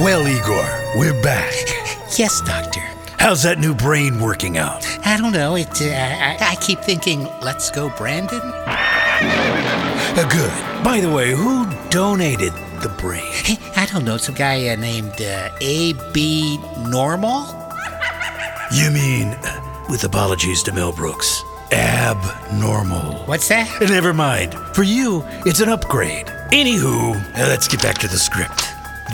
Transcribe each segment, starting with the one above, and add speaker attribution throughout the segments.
Speaker 1: Well, Igor, we're back.
Speaker 2: Yes, Doctor.
Speaker 1: How's that new brain working out?
Speaker 2: I don't know. It. Uh, I, I keep thinking, let's go, Brandon.
Speaker 1: Uh, good. By the way, who donated the brain?
Speaker 2: Hey, I don't know. Some guy uh, named uh, A B Normal.
Speaker 1: You mean, uh, with apologies to Mel Brooks, abnormal. Uh,
Speaker 2: What's that?
Speaker 1: Never mind. For you, it's an upgrade. Anywho, uh, let's get back to the script.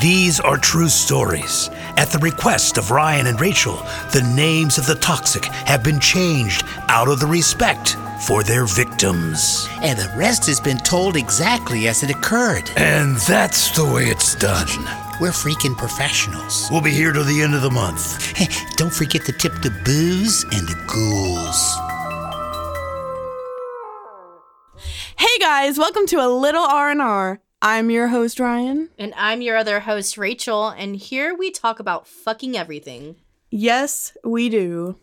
Speaker 1: These are true stories. At the request of Ryan and Rachel, the names of the toxic have been changed out of the respect for their victims.
Speaker 2: And the rest has been told exactly as it occurred.
Speaker 1: And that's the way it's done.
Speaker 2: We're freaking professionals.
Speaker 1: We'll be here till the end of the month.
Speaker 2: Hey, don't forget to tip the booze and the ghouls.
Speaker 3: Hey guys, welcome to a little R&R. I'm your host Ryan.
Speaker 4: And I'm your other host, Rachel, and here we talk about fucking everything.
Speaker 3: Yes, we do.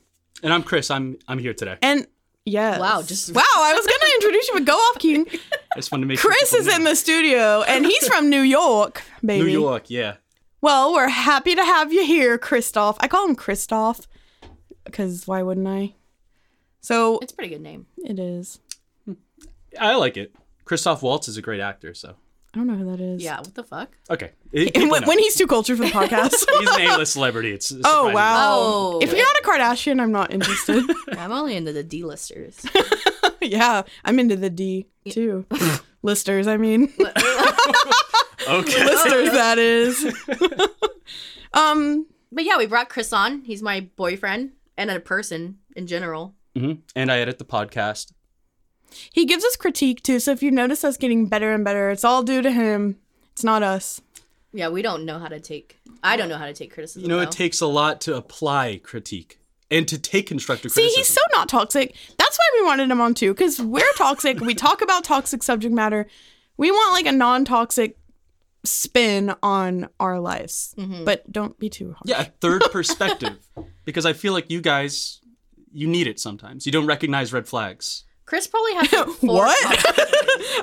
Speaker 5: And I'm Chris. I'm I'm here today.
Speaker 3: And yes.
Speaker 4: Wow, just-
Speaker 3: Wow, I was going to introduce you but go off Keen.
Speaker 5: I just wanted to make sure
Speaker 3: Chris is
Speaker 5: people knew.
Speaker 3: in the studio and he's from New York, baby.
Speaker 5: New York. Yeah,
Speaker 3: Well, we're happy to have you here, Christoph. I call him Christoph because why wouldn't I? So
Speaker 4: It's a pretty good name.
Speaker 3: it is.
Speaker 5: I like it. Christoph Waltz is a great actor. So
Speaker 3: I don't know who that is.
Speaker 4: Yeah, what the fuck?
Speaker 5: okay,
Speaker 3: And
Speaker 5: It- people
Speaker 3: when,
Speaker 5: know.
Speaker 3: when he's too cultured for the podcast.
Speaker 5: he's an A-list celebrity. It's
Speaker 3: oh,
Speaker 5: surprising.
Speaker 3: wow.
Speaker 4: Oh.
Speaker 3: If you're not a Kardashian, I'm not interested.
Speaker 4: I'm only into the D-listers.
Speaker 3: yeah, I'm into the D too. Listers, I mean.
Speaker 5: Okay.
Speaker 3: Listers, that is. um,
Speaker 4: but yeah, we brought Chris on. He's my boyfriend and a person in general.
Speaker 5: hmm And I edit the podcast.
Speaker 3: he gives us critique too, so if you notice us getting better and better, it's all due to him. It's not us.
Speaker 4: Yeah, we don't know how to take. I don't know how to take criticism.
Speaker 5: You know,
Speaker 4: though.
Speaker 5: it takes a lot to apply critique and to take constructive
Speaker 3: See,
Speaker 5: criticism.
Speaker 3: he's so not toxic. That's why we wanted him on too, because we're toxic. we talk about toxic subject matter. We want like a non-toxic spin on our lives, but don't be too hard.
Speaker 5: yeah, a third perspective, because I feel like you guys, you need it sometimes. You don't recognize red flags.
Speaker 4: Chris probably has like four.
Speaker 3: What?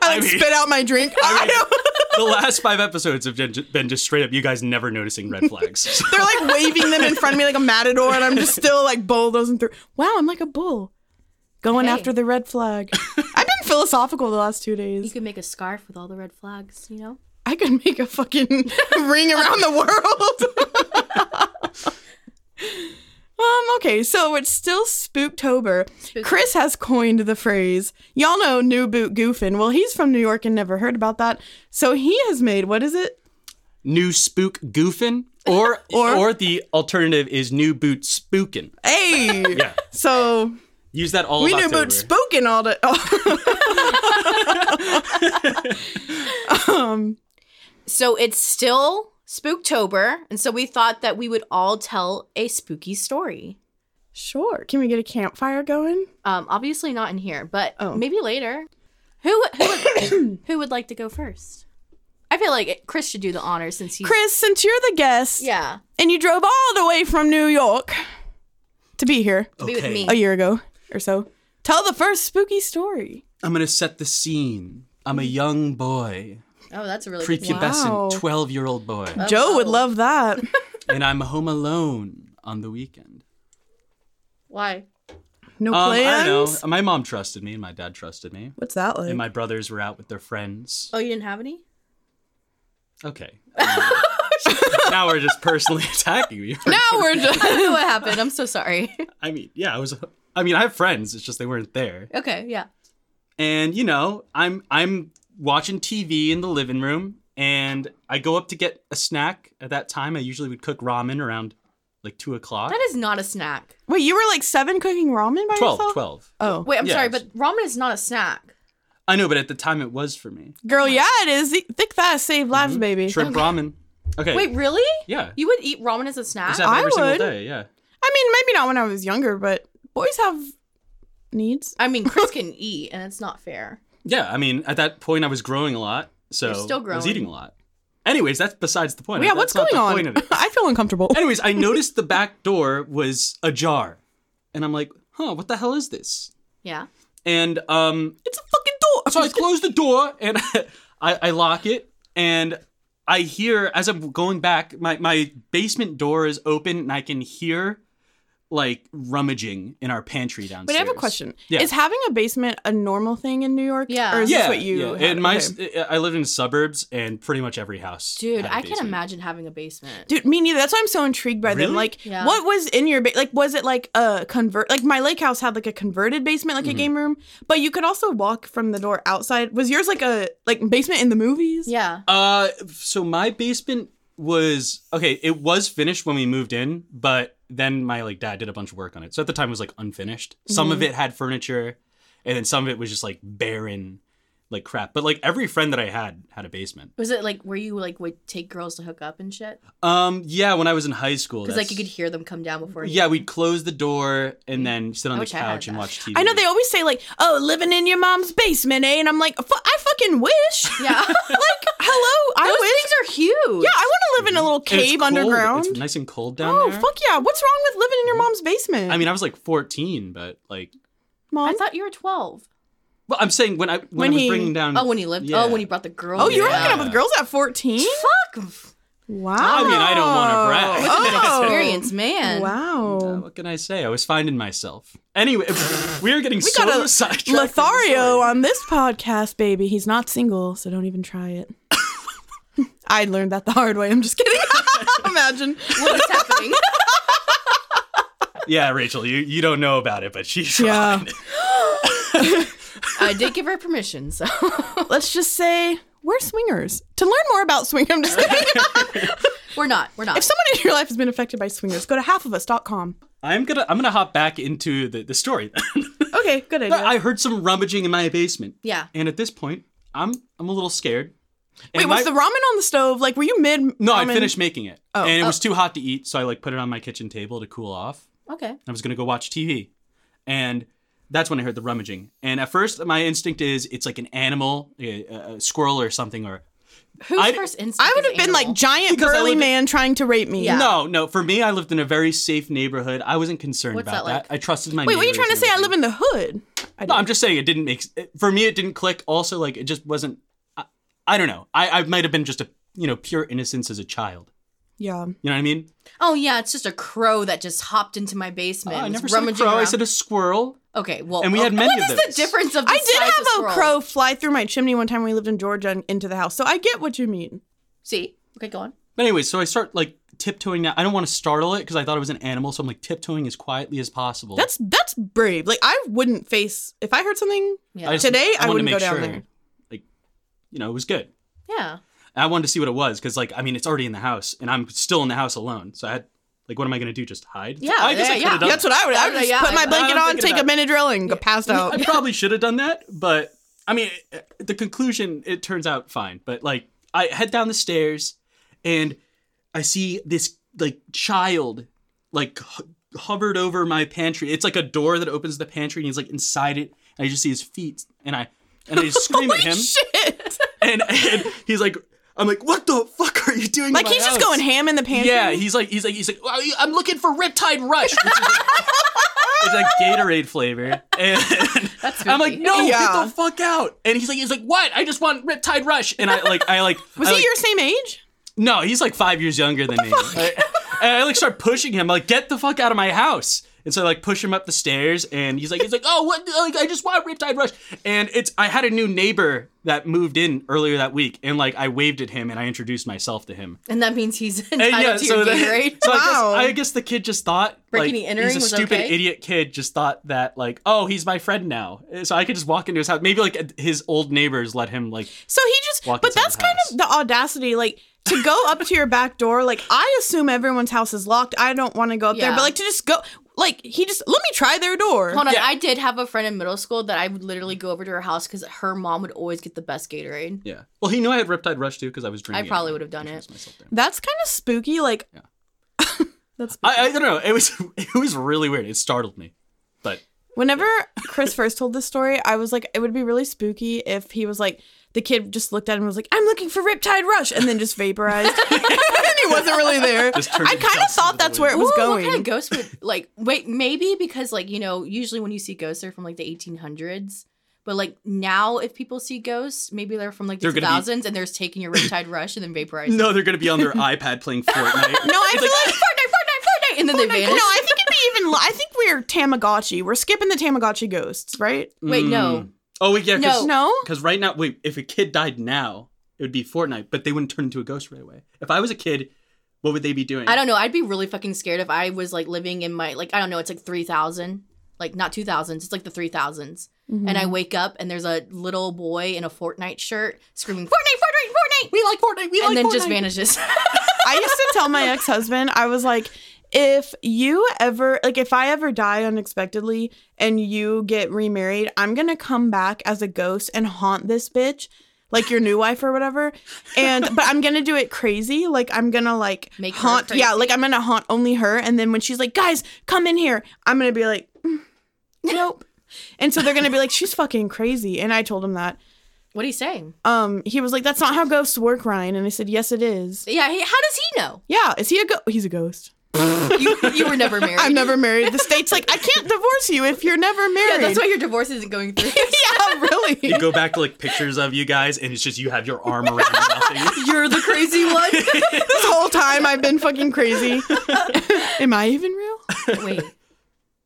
Speaker 3: I like
Speaker 5: I mean-
Speaker 3: spit out my drink.
Speaker 5: The last five episodes have been been just straight up you guys never noticing red flags.
Speaker 3: They're like waving them in front of me like a matador, and I'm just still like bulldozing through. Wow, I'm like a bull going
Speaker 4: Hey.
Speaker 3: after the red flag. I've been philosophical the last two
Speaker 4: You
Speaker 3: days.
Speaker 4: could make a scarf with all the red flags. You know.
Speaker 3: I could make a fucking ring around the world. um, okay, so it's still Spooktober. Chris has coined the phrase. Y'all know New Boot Goofin. Well, he's from New York and never heard about that. So he has made, what is it?
Speaker 5: new spook goofin or, or the alternative is new boot spookin
Speaker 3: Hey!
Speaker 5: yeah
Speaker 3: So
Speaker 5: use that all
Speaker 3: We
Speaker 5: of
Speaker 3: knew
Speaker 5: October.
Speaker 3: about spoken all the. um,
Speaker 4: So it's still Spooktober, and so we thought that we would all tell a spooky story.
Speaker 3: sure. Can we get a campfire going?
Speaker 4: Um, obviously not in here, but
Speaker 3: Oh.
Speaker 4: maybe later. Who who would, who would like to go first? I feel like Chris should do the honor since he's
Speaker 3: Chris, since you're the guest
Speaker 4: Yeah,
Speaker 3: and you drove all the way from New York to be here
Speaker 5: Oh.
Speaker 4: be with me.
Speaker 3: a year ago or so, tell the first spooky story.
Speaker 5: i'm gonna set the scene i'm a young boy
Speaker 4: Oh, that's a really good
Speaker 3: Wow.
Speaker 4: one.
Speaker 5: prepubescent 12 year old boy
Speaker 3: Joe would love that.
Speaker 5: and i'm home alone on the weekend
Speaker 4: Why?
Speaker 3: No
Speaker 5: um, i
Speaker 3: plans.
Speaker 5: don't know my mom trusted me and my dad trusted me
Speaker 3: What's that like?
Speaker 5: and my brothers were out with their friends
Speaker 4: Oh, you didn't have any?
Speaker 5: okay now we're just personally attacking me
Speaker 3: now we're just.
Speaker 4: I don't know what happened. I'm so sorry.
Speaker 5: i mean yeah i was i mean i have friends it's just they weren't there
Speaker 4: okay, yeah.
Speaker 5: and you know i'm i'm watching tv in the living room and i go up to get a snack at that time i usually would cook ramen around like 2 o'clock
Speaker 4: That is not a snack.
Speaker 3: Wait, you were like seven cooking ramen by
Speaker 5: 12
Speaker 3: yourself?
Speaker 5: 12
Speaker 3: Oh,
Speaker 4: Wait, I'm
Speaker 5: Yeah,
Speaker 4: sorry,
Speaker 5: it's-
Speaker 4: but ramen is not a snack.
Speaker 5: i know but at the time it was for me
Speaker 3: girl, yeah, it is. Thick thighs save lives,
Speaker 5: Mm-hmm.
Speaker 3: baby.
Speaker 5: shrimp ramen okay
Speaker 4: Wait, really?
Speaker 5: yeah
Speaker 4: You would eat ramen as a snack?
Speaker 5: Just have it
Speaker 3: I
Speaker 5: every single
Speaker 3: would.
Speaker 5: day yeah
Speaker 3: I mean, maybe not when I was younger, but boys have needs.
Speaker 4: I mean, Chris can eat, and it's not fair.
Speaker 5: yeah i mean at that point i was growing a lot so
Speaker 4: You're still
Speaker 5: i was
Speaker 4: growing.
Speaker 5: eating a lot anyways that's besides the point
Speaker 3: yeah, what's
Speaker 5: That's
Speaker 3: going
Speaker 5: not the point of
Speaker 3: on?
Speaker 5: it.
Speaker 3: I feel uncomfortable.
Speaker 5: Anyways, I noticed the back door was ajar. And I'm like, huh, what the hell is this?
Speaker 4: Yeah.
Speaker 5: And um
Speaker 3: It's a fucking door.
Speaker 5: so I close the door and I, I lock it and I hear as I'm going back, my my basement door is open and I can hear like rummaging in our pantry downstairs.
Speaker 3: But I have a question.
Speaker 5: Yeah.
Speaker 3: Is having a basement a normal thing in New York?
Speaker 4: Yeah.
Speaker 3: Or is
Speaker 5: yeah,
Speaker 3: this what you
Speaker 5: yeah.
Speaker 3: had?
Speaker 5: In my,
Speaker 3: Okay.
Speaker 5: s- I I lived in suburbs, and pretty much every house.
Speaker 4: Dude,
Speaker 5: had a
Speaker 4: I can't
Speaker 5: basement.
Speaker 4: imagine having a basement.
Speaker 3: Dude, me neither. That's why I'm so intrigued by
Speaker 5: Really?
Speaker 3: them. Like,
Speaker 4: Yeah.
Speaker 3: what was in your ba- like? Was it like a convert? Like my lake house had like a converted basement,
Speaker 5: Mm-hmm.
Speaker 3: like a game room, but you could also walk from the door outside. Was yours like a like basement in the movies?
Speaker 4: Yeah.
Speaker 5: Uh, so my basement was okay. It was finished when we moved in, but then my like dad did a bunch of work on it. So at the time, it was like unfinished. Some
Speaker 4: Mm-hmm.
Speaker 5: of it had furniture, and then some of it was just like barren, like crap. But like every friend that I had had a basement.
Speaker 4: Was it like where you like would take girls to hook up and shit?
Speaker 5: Um, yeah, when I was in high school,
Speaker 4: Because like you could
Speaker 5: that's-
Speaker 4: hear them come down before. you-
Speaker 5: Yeah, we'd close the door and then sit on
Speaker 4: I
Speaker 5: the
Speaker 4: wish I had
Speaker 5: couch and
Speaker 4: that.
Speaker 5: watch TV.
Speaker 3: I know they always say like, "Oh, living in your mom's basement," eh? And I'm like, "Fu- "I fucking wish."
Speaker 4: Yeah.
Speaker 3: like, hello, I
Speaker 4: Those
Speaker 3: wish.
Speaker 4: things are huge.
Speaker 3: yeah, I want to live in a little
Speaker 5: And it's
Speaker 3: cave
Speaker 5: cold.
Speaker 3: underground.
Speaker 5: It's nice and cold down
Speaker 3: oh
Speaker 5: there.
Speaker 3: fuck yeah! What's wrong with living in your mom's basement?
Speaker 5: I mean, I was like 14, but like,
Speaker 3: mom.
Speaker 4: I
Speaker 5: um,
Speaker 4: thought you were 12.
Speaker 5: well, I'm saying when I when,
Speaker 3: When
Speaker 5: I was
Speaker 3: he-
Speaker 5: bringing down.
Speaker 4: Oh, when you lived.
Speaker 5: Mm, Yeah.
Speaker 4: Oh, when you brought the girl.
Speaker 3: oh, you were
Speaker 5: Yeah.
Speaker 3: hooking up with girls at 14.
Speaker 4: Fuck.
Speaker 3: Wow.
Speaker 5: I mean, I don't wanna brag. With
Speaker 4: An
Speaker 3: Oh.
Speaker 4: experience, man.
Speaker 3: Wow.
Speaker 5: Uh, what can I say? I was finding myself. Anyway, we are getting
Speaker 3: We
Speaker 5: so
Speaker 3: got a
Speaker 5: sidetracked.
Speaker 3: Lothario on this podcast, baby. He's not single, so don't even try it. I learned that the hard way. I'm just kidding. Imagine.
Speaker 4: What is happening?
Speaker 5: Yeah, Rachel, you, you don't know about it, but she's
Speaker 3: Yeah.
Speaker 4: I did give her permission, so.
Speaker 3: Let's just say we're swingers. To learn more about swing, I'm just kidding.
Speaker 4: we're not. We're not.
Speaker 3: if someone in your life has been affected by swingers, go to halfofus.com.
Speaker 5: I'm gonna I'm gonna hop back into the, the story.
Speaker 3: Okay, good idea.
Speaker 5: I heard some rummaging in my basement.
Speaker 4: Yeah.
Speaker 5: And at this point, I'm I'm a little scared.
Speaker 3: Wait,
Speaker 5: And
Speaker 3: was
Speaker 5: my-
Speaker 3: the ramen on the stove? Like, were you mid?
Speaker 5: No, I
Speaker 3: ramen? Oh,
Speaker 5: finished making it. and it was too hot to eat, so I like put it on my kitchen table to cool off.
Speaker 4: okay.
Speaker 5: I was gonna go watch TV, and that's when I heard the rummaging. And at first, my instinct is it's like an animal, a, a- a squirrel or something, or
Speaker 4: Whose
Speaker 5: I-
Speaker 4: first instinct?
Speaker 3: I would
Speaker 4: is
Speaker 3: have been
Speaker 4: animal?
Speaker 3: like giant
Speaker 5: Because I
Speaker 3: burly
Speaker 5: lived in-
Speaker 3: man trying to rape me.
Speaker 4: Yeah.
Speaker 5: No, no. For me, I lived in a very safe neighborhood. I wasn't concerned
Speaker 4: What's
Speaker 5: about
Speaker 4: that like?
Speaker 5: I trusted my.
Speaker 3: Wait, what are you
Speaker 5: neighbors
Speaker 3: trying to
Speaker 5: and
Speaker 3: say? I live
Speaker 5: everything.
Speaker 3: in the hood. I
Speaker 5: No, I'm just saying it didn't make. s- it- For me, it didn't click. Also, like it just wasn't. I, I don't know. I, I might have been just a you know pure innocence as a child.
Speaker 3: yeah.
Speaker 5: You know what I mean?
Speaker 4: Oh yeah, it's just a crow that just hopped into my basement.
Speaker 5: Oh, I
Speaker 4: It's
Speaker 5: never said a
Speaker 4: rummaging
Speaker 5: crow. I
Speaker 4: around.
Speaker 5: said a squirrel.
Speaker 4: okay. Well,
Speaker 5: and we had
Speaker 4: okay.
Speaker 5: many
Speaker 4: What
Speaker 5: of
Speaker 4: is
Speaker 5: those.
Speaker 4: the difference of? The
Speaker 3: I did
Speaker 4: size of
Speaker 3: have a
Speaker 4: squirrel?
Speaker 3: crow fly through my chimney one time when we lived in Georgia and into the house. So I get what you mean.
Speaker 4: See. Okay, go on.
Speaker 5: But anyway, so I start like tiptoeing now. I don't want to startle it because I thought it was an animal, so I'm like tiptoeing as quietly as possible.
Speaker 3: That's that's brave. Like I wouldn't face if I heard something.
Speaker 4: Yeah.
Speaker 5: just-
Speaker 3: Today, I
Speaker 5: wanted to
Speaker 3: wouldn't go
Speaker 5: make
Speaker 3: down there.
Speaker 5: Like, you know, it was good.
Speaker 4: Yeah.
Speaker 5: And I wanted to see what it was because, like, I mean, it's already in the house, and I'm still in the house alone. So I had, like, what am I gonna do? Just hide?
Speaker 4: Yeah,
Speaker 5: I guess
Speaker 4: yeah,
Speaker 5: I could
Speaker 4: yeah.
Speaker 5: have done.
Speaker 3: That's what I would. I would
Speaker 4: Yeah,
Speaker 3: just
Speaker 4: yeah,
Speaker 3: put
Speaker 4: I-
Speaker 3: my
Speaker 5: I'm
Speaker 3: blanket on,
Speaker 5: thinking
Speaker 3: take a
Speaker 5: about-
Speaker 3: Benadryl, and go passed
Speaker 5: I
Speaker 3: out.
Speaker 5: probably should have done that, but I mean, the conclusion it turns out fine. But like, I head down the stairs, and I see this like child, like ho- hovered over my pantry. It's like a door that opens the pantry, and he's like inside it. And I just see his feet, and I and I just scream at him,
Speaker 3: Shit.
Speaker 5: and, and he's like, I'm like, what the fuck are you doing? in
Speaker 3: Like
Speaker 5: my
Speaker 3: he's just
Speaker 5: house?"
Speaker 3: going ham in the pantry.
Speaker 5: Yeah, he's like, he's like, he's like, "Well, I'm looking for Riptide Rush, which is like, it's like Gatorade flavor. And I'm like,
Speaker 4: spooky.
Speaker 5: no,
Speaker 3: Yeah.
Speaker 5: get the fuck out. And he's like, he's like, what? I just want Riptide Rush. And I like, I like,
Speaker 3: was
Speaker 5: I,
Speaker 3: he
Speaker 5: like,
Speaker 3: your same age?
Speaker 5: No, he's like five years younger than me. I- and I like start pushing him, like, get the fuck out of my house. And so I like push him up the stairs, and he's like, he's like, oh, what? Like, I just want Riptide Rush. And it's, I had a new neighbor that moved in earlier that week, and like, I waved at him and I introduced myself to him.
Speaker 4: And that means he's
Speaker 5: And
Speaker 4: entitled to
Speaker 5: so
Speaker 4: your
Speaker 5: that-
Speaker 4: Gatorade.
Speaker 5: so I, guess,
Speaker 3: Wow.
Speaker 5: I guess the kid just thought
Speaker 4: Breaking
Speaker 5: like,
Speaker 4: the inner
Speaker 5: he's
Speaker 4: ring
Speaker 5: a
Speaker 4: was
Speaker 5: stupid
Speaker 4: okay?
Speaker 5: idiot kid just thought that like oh he's my friend now so I could just walk into his house maybe like uh, his old neighbors let him like
Speaker 3: So he just.
Speaker 5: Walk
Speaker 3: but
Speaker 5: inside
Speaker 3: that's
Speaker 5: his
Speaker 3: kind
Speaker 5: house.
Speaker 3: of the audacity, like. to go up to your back door, like I assume everyone's house is locked. I don't want to go up there,
Speaker 4: Yeah.
Speaker 3: but like to just go, like he just let me try their door.
Speaker 4: Hold on,
Speaker 5: Yeah.
Speaker 4: I did have a friend in middle school that I would literally go over to her house because her mom would always get the best Gatorade.
Speaker 5: yeah well he knew I had Riptide Rush too because I was drinking
Speaker 4: I probably would have done it.
Speaker 3: That's kind of spooky. Like
Speaker 5: I, I don't know it was it was really weird it startled me but
Speaker 3: Whenever Chris first told this story, I was like, it would be really spooky if he was like, the kid just looked at him and was like, I'm looking for Riptide Rush, and then just vaporized. and he wasn't really there. I
Speaker 5: Just turned and
Speaker 3: kind of
Speaker 5: jumped
Speaker 3: thought
Speaker 5: into the
Speaker 3: that's where it was
Speaker 4: Ooh,
Speaker 3: going.
Speaker 4: What kind of ghost would like? Wait, maybe because like you know, usually when you see ghosts, they're from like the 1800s. But like now, if people see ghosts, maybe they're from like the
Speaker 5: They're gonna be-
Speaker 4: 2000s and they're just taking your Riptide Rush and then vaporizing.
Speaker 5: No, they're gonna be on their iPad playing Fortnite.
Speaker 3: No, I feel like
Speaker 4: Fortnite, Fortnite, Fortnite, and then they
Speaker 3: No,
Speaker 4: vanish.
Speaker 3: I think it'd be even. li- I think we're Tamagotchi. We're skipping the Tamagotchi ghosts, right?
Speaker 4: Wait, no.
Speaker 5: Oh yeah,
Speaker 4: No.
Speaker 5: because
Speaker 3: No.
Speaker 5: right now, wait, if a kid died now, it would be Fortnite, but they wouldn't turn into a ghost right away. If I was a kid, what would they be doing?
Speaker 4: I don't know. I'd be really fucking scared if I was like living in my like I don't know. It's like three thousand, like not two thousands. It's like the three and I wake up and there's a little boy in a Fortnite shirt screaming Fortnite, Fortnite, Fortnite. We like Fortnite. We and
Speaker 5: like
Speaker 4: then just
Speaker 5: Fortnite.
Speaker 4: vanishes.
Speaker 3: I used to tell my ex husband, I was like, if you ever, like, if I ever die unexpectedly and you get remarried, I'm gonna come back as a ghost and haunt this bitch, like your new wife or whatever. And, but I'm gonna do it crazy. Like, I'm gonna, like,
Speaker 4: Make her
Speaker 3: haunt, yeah,
Speaker 4: crazy.
Speaker 3: like, I'm gonna haunt only her. And then when she's like, guys, come in here, I'm gonna be like, "Mm, nope. And so they're gonna be like, she's fucking crazy. And I told him that.
Speaker 4: what do you say?
Speaker 3: Um, he was like, that's not how ghosts work, Ryan. And I said, yes, it is.
Speaker 4: Yeah. He, how does he know?
Speaker 3: Yeah, is he a ghost? He's a ghost.
Speaker 4: You, you were never married.
Speaker 3: I'm never married. The state's like, I can't divorce you if you're never married.
Speaker 4: Yeah, that's why your divorce isn't going through.
Speaker 3: yeah, really.
Speaker 5: You go back to like pictures of you guys, and it's just you have your arm around nothing.
Speaker 4: You're the crazy one.
Speaker 3: This whole time I've been fucking crazy. Am I even real?
Speaker 4: Wait,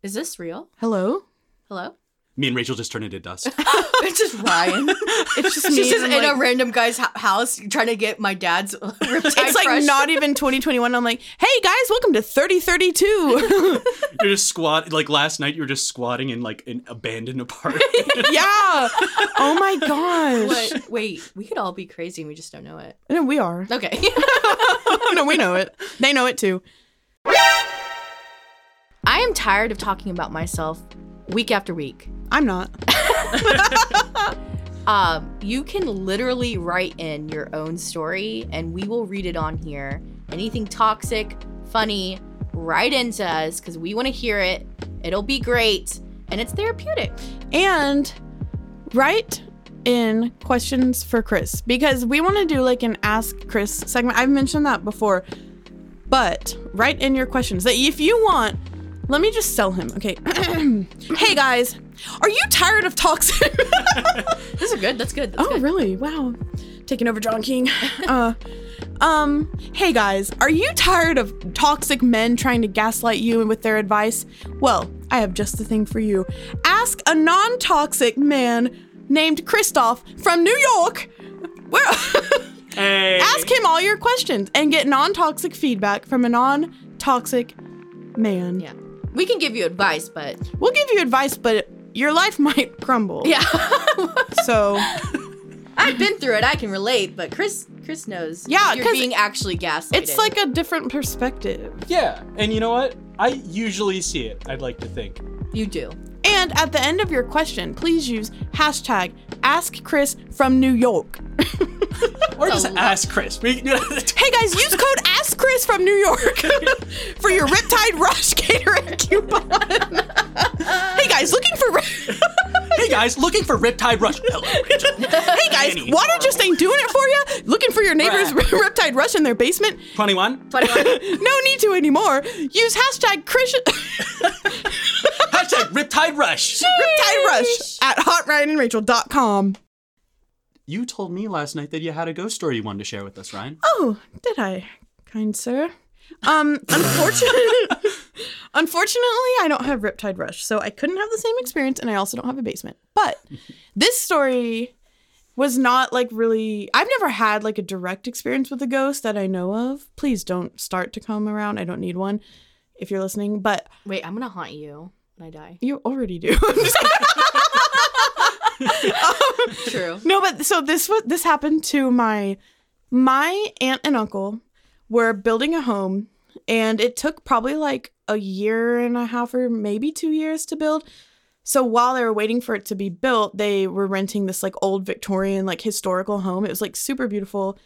Speaker 4: is this real?
Speaker 3: Hello?
Speaker 4: Hello?
Speaker 5: Me and Rachel just turn into dust.
Speaker 4: It's just Ryan.
Speaker 3: It's just me.
Speaker 4: She's just
Speaker 3: and
Speaker 4: in
Speaker 3: I'm like-
Speaker 4: a random guy's ho- house trying to get my dad's riptide
Speaker 3: it's like
Speaker 4: crush.
Speaker 3: not even 2021. I'm like, hey guys, welcome to 3032.
Speaker 5: You're just squat. Like last night, you were just squatting in like an abandoned apartment.
Speaker 3: yeah. Oh my gosh.
Speaker 4: What? Wait, we could all be crazy and we just don't know it.
Speaker 3: No, we are.
Speaker 4: Okay.
Speaker 3: No, we know it. They know it too.
Speaker 4: I am tired of talking about myself week after week.
Speaker 3: I'm not.
Speaker 4: Um, you can literally write in your own story and we will read it on here. Anything toxic, funny, write into us because we want to hear it. It'll be great and it's therapeutic.
Speaker 3: and write in questions for Chris because we want to do like an Ask Chris segment. I've mentioned that before, but write in your questions that if you want. Let me just sell him. Okay. hey guys, are you tired of toxic?
Speaker 4: This is good. That's good. That's
Speaker 3: oh,
Speaker 4: good.
Speaker 3: really? Wow. Taking over John King. Uh, um, hey guys, are you tired of toxic men trying to gaslight you with their advice? Well, I have just the thing for you. Ask a non toxic man named Christoph from New York. Where.
Speaker 5: Hey.
Speaker 3: Ask him all your questions and get non toxic feedback from a non toxic man.
Speaker 4: Yeah. We can give you advice, but
Speaker 3: We'll give you advice, but your life might crumble.
Speaker 4: yeah.
Speaker 3: So,
Speaker 4: I've been through it. I can relate, but Chris Chris knows.
Speaker 3: Yeah,
Speaker 4: you're
Speaker 3: 'cause
Speaker 4: being actually gaslighted.
Speaker 3: it's like a different perspective.
Speaker 5: Yeah, and you know what? I usually see it. I'd like to think.
Speaker 4: you do.
Speaker 3: And at the end of your question, please use hashtag ask Chris from New York.
Speaker 5: Or just
Speaker 4: lot.
Speaker 5: ask Chris. We,
Speaker 3: Hey guys, use code ask Chris from New York for your Riptide Rush catering coupon. hey guys, looking for
Speaker 5: hey guys, looking for Riptide Rush. Hello, Rachel.
Speaker 3: Hey guys,
Speaker 5: Annie.
Speaker 3: water just ain't doing it for you. Looking for your neighbor's
Speaker 5: Right.
Speaker 3: Riptide Rush in their basement?
Speaker 5: 21.
Speaker 3: No need to anymore. Use hashtag Chris
Speaker 5: Hashtag Riptide Rush.
Speaker 3: Riptide Rush at hotryandandrachel.com.
Speaker 5: You told me last night that you had a ghost story you wanted to share with us, Ryan.
Speaker 3: Oh, did I, kind sir? Um, unfortunately, unfortunately, I don't have Riptide Rush, so I couldn't have the same experience, and I also don't have a basement. But this story was not like really. I've never had like a direct experience with a ghost that I know of. Please don't start to come around. I don't need one if you're listening, but
Speaker 4: Wait, I'm gonna haunt you when I die.
Speaker 3: you already do.
Speaker 4: True.
Speaker 3: No, but so this was this happened to my my aunt and uncle were building a home and it took probably like a year and a half or maybe 2 years to build. So while they were waiting for it to be built, they were renting this like old Victorian like historical home. It was like super beautiful.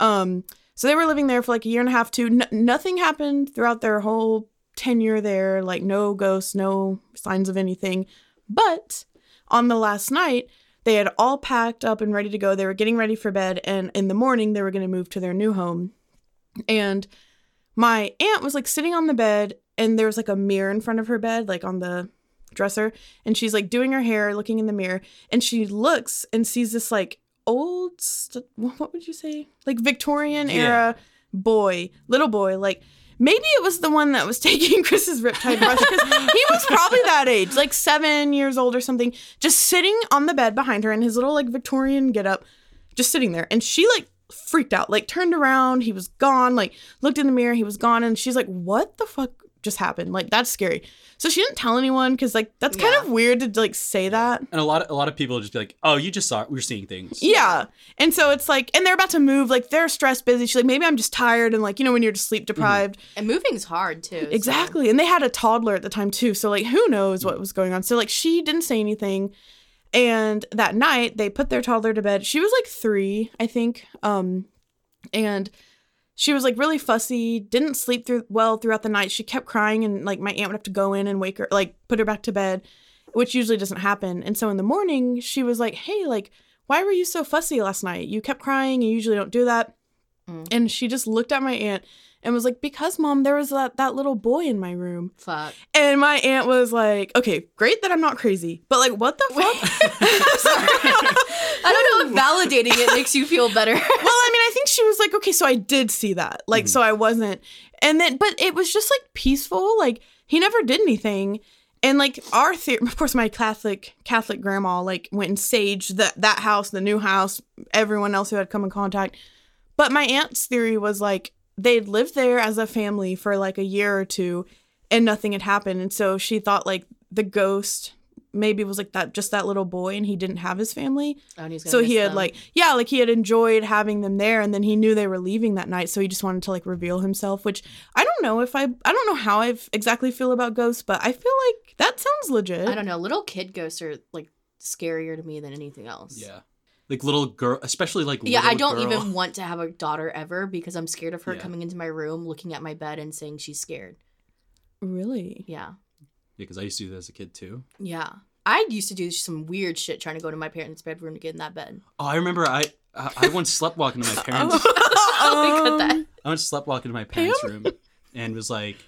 Speaker 3: Um so they were living there for like a year and a half too. N- nothing happened throughout their whole tenure there, like no ghosts, no signs of anything. But on the last night, they had all packed up and ready to go. They were getting ready for bed, and in the morning, they were going to move to their new home. And my aunt was like sitting on the bed, and there was like a mirror in front of her bed, like on the dresser and she's like doing her hair, looking in the mirror, and she looks and sees this like old, st- what would you say? Like Victorian era boy, little boy, like. Maybe it was the one that was taking Chris's riptide brush because he was probably that age, like seven years old or something, just sitting on the bed behind her in his little like Victorian getup, just sitting there. And she like freaked out, like turned around, he was gone, like looked in the mirror, he was gone, and she's like, What the fuck just happened? Like that's scary. So she didn't tell anyone because like that's kind of weird to like say that.
Speaker 5: And a lot of a lot of people just be like, "Oh, you just saw we were seeing things."
Speaker 3: Yeah. And so it's like, and they're about to move, like they're stressed busy. She's like, maybe I'm just tired and like, you know, when you're just sleep deprived.
Speaker 4: And moving's hard too. so-
Speaker 3: Exactly. And they had a toddler at the time too. So like who knows what was going on. So like she didn't say anything. And that night they put their toddler to bed. She was like 3, I think. Um and she was like really fussy, didn't sleep through well throughout the night. She kept crying and like my aunt would have to go in and wake her like put her back to bed, which usually doesn't happen. And so in the morning, she was like, "Hey, like why were you so fussy last night? You kept crying. You usually don't do that." And she just looked at my aunt and was like, "Because mom, there was that that little boy in my room."
Speaker 4: Fuck.
Speaker 3: And my aunt was like, "Okay, great that I'm not crazy, but like, what the fuck?" Sorry.
Speaker 4: I don't know if validating it makes you feel better.
Speaker 3: well, I mean, I think she was like, okay, so I did see that. Like, so I wasn't. And then, but it was just like peaceful. Like, he never did anything. And like our theory, of course, my Catholic Catholic grandma like went and saged that that house, the new house, everyone else who had come in contact. But my aunt's theory was like they'd lived there as a family for like a year or two, and nothing had happened. And so she thought like the ghost maybe was like that just that little boy, and he didn't have his family
Speaker 4: Oh, And he's gonna
Speaker 3: so he
Speaker 4: miss
Speaker 3: had
Speaker 4: them.
Speaker 3: like yeah like he had enjoyed having them there and then he knew they were leaving that night so he just wanted to like reveal himself which i don't know if i i don't know how i exactly feel about ghosts but i feel like that sounds legit
Speaker 4: I don't know. Little kid ghosts are like scarier to me than anything else.
Speaker 5: Yeah. Like little girl, especially like
Speaker 4: Yeah, I
Speaker 5: little
Speaker 4: don't
Speaker 5: girl.
Speaker 4: even want to have a daughter ever because I'm scared of her
Speaker 5: Yeah.
Speaker 4: coming into my room, looking at my bed, and saying she's scared.
Speaker 3: really
Speaker 4: Yeah.
Speaker 5: Yeah, because I used to do that as a kid too.
Speaker 4: Yeah. I used to do some weird shit trying to go to my parents' bedroom to get in that bed.
Speaker 5: Oh, I remember I I, I once slept walking to my parents.
Speaker 4: Oh, we cut that.
Speaker 5: I once slept walking to my parents' room and was like,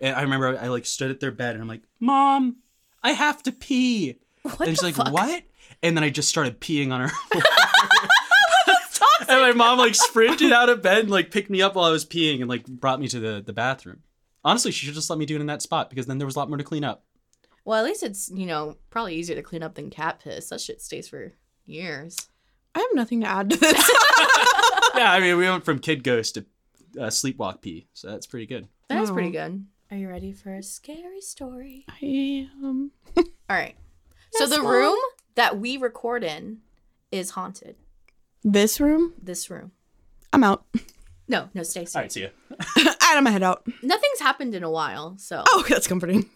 Speaker 5: and I remember I, like stood at their bed and I'm like, Mom, I have to pee. and she's like, What? And then I just started peeing on her. floor. and my mom like sprinted out of bed and like picked me up while I was peeing and like brought me to the, the bathroom. Honestly, she should just let me do it in that spot because then there was a lot more to clean up.
Speaker 4: Well, at least it's, you know, probably easier to clean up than cat piss. That shit stays for years.
Speaker 3: i have nothing to add to this
Speaker 5: Yeah, I mean, we went from kid ghost to uh, sleepwalk pee, so that's pretty good.
Speaker 4: That was
Speaker 3: No.
Speaker 4: pretty good. Are you ready for a scary story?
Speaker 3: I, um,
Speaker 4: All right. So the room that we record in is haunted.
Speaker 3: this room
Speaker 4: This room.
Speaker 3: i'm out
Speaker 4: No, no, stay safe.
Speaker 5: All right, see ya.
Speaker 3: i had my head out
Speaker 4: Nothing's happened in a while, so
Speaker 3: oh that's comforting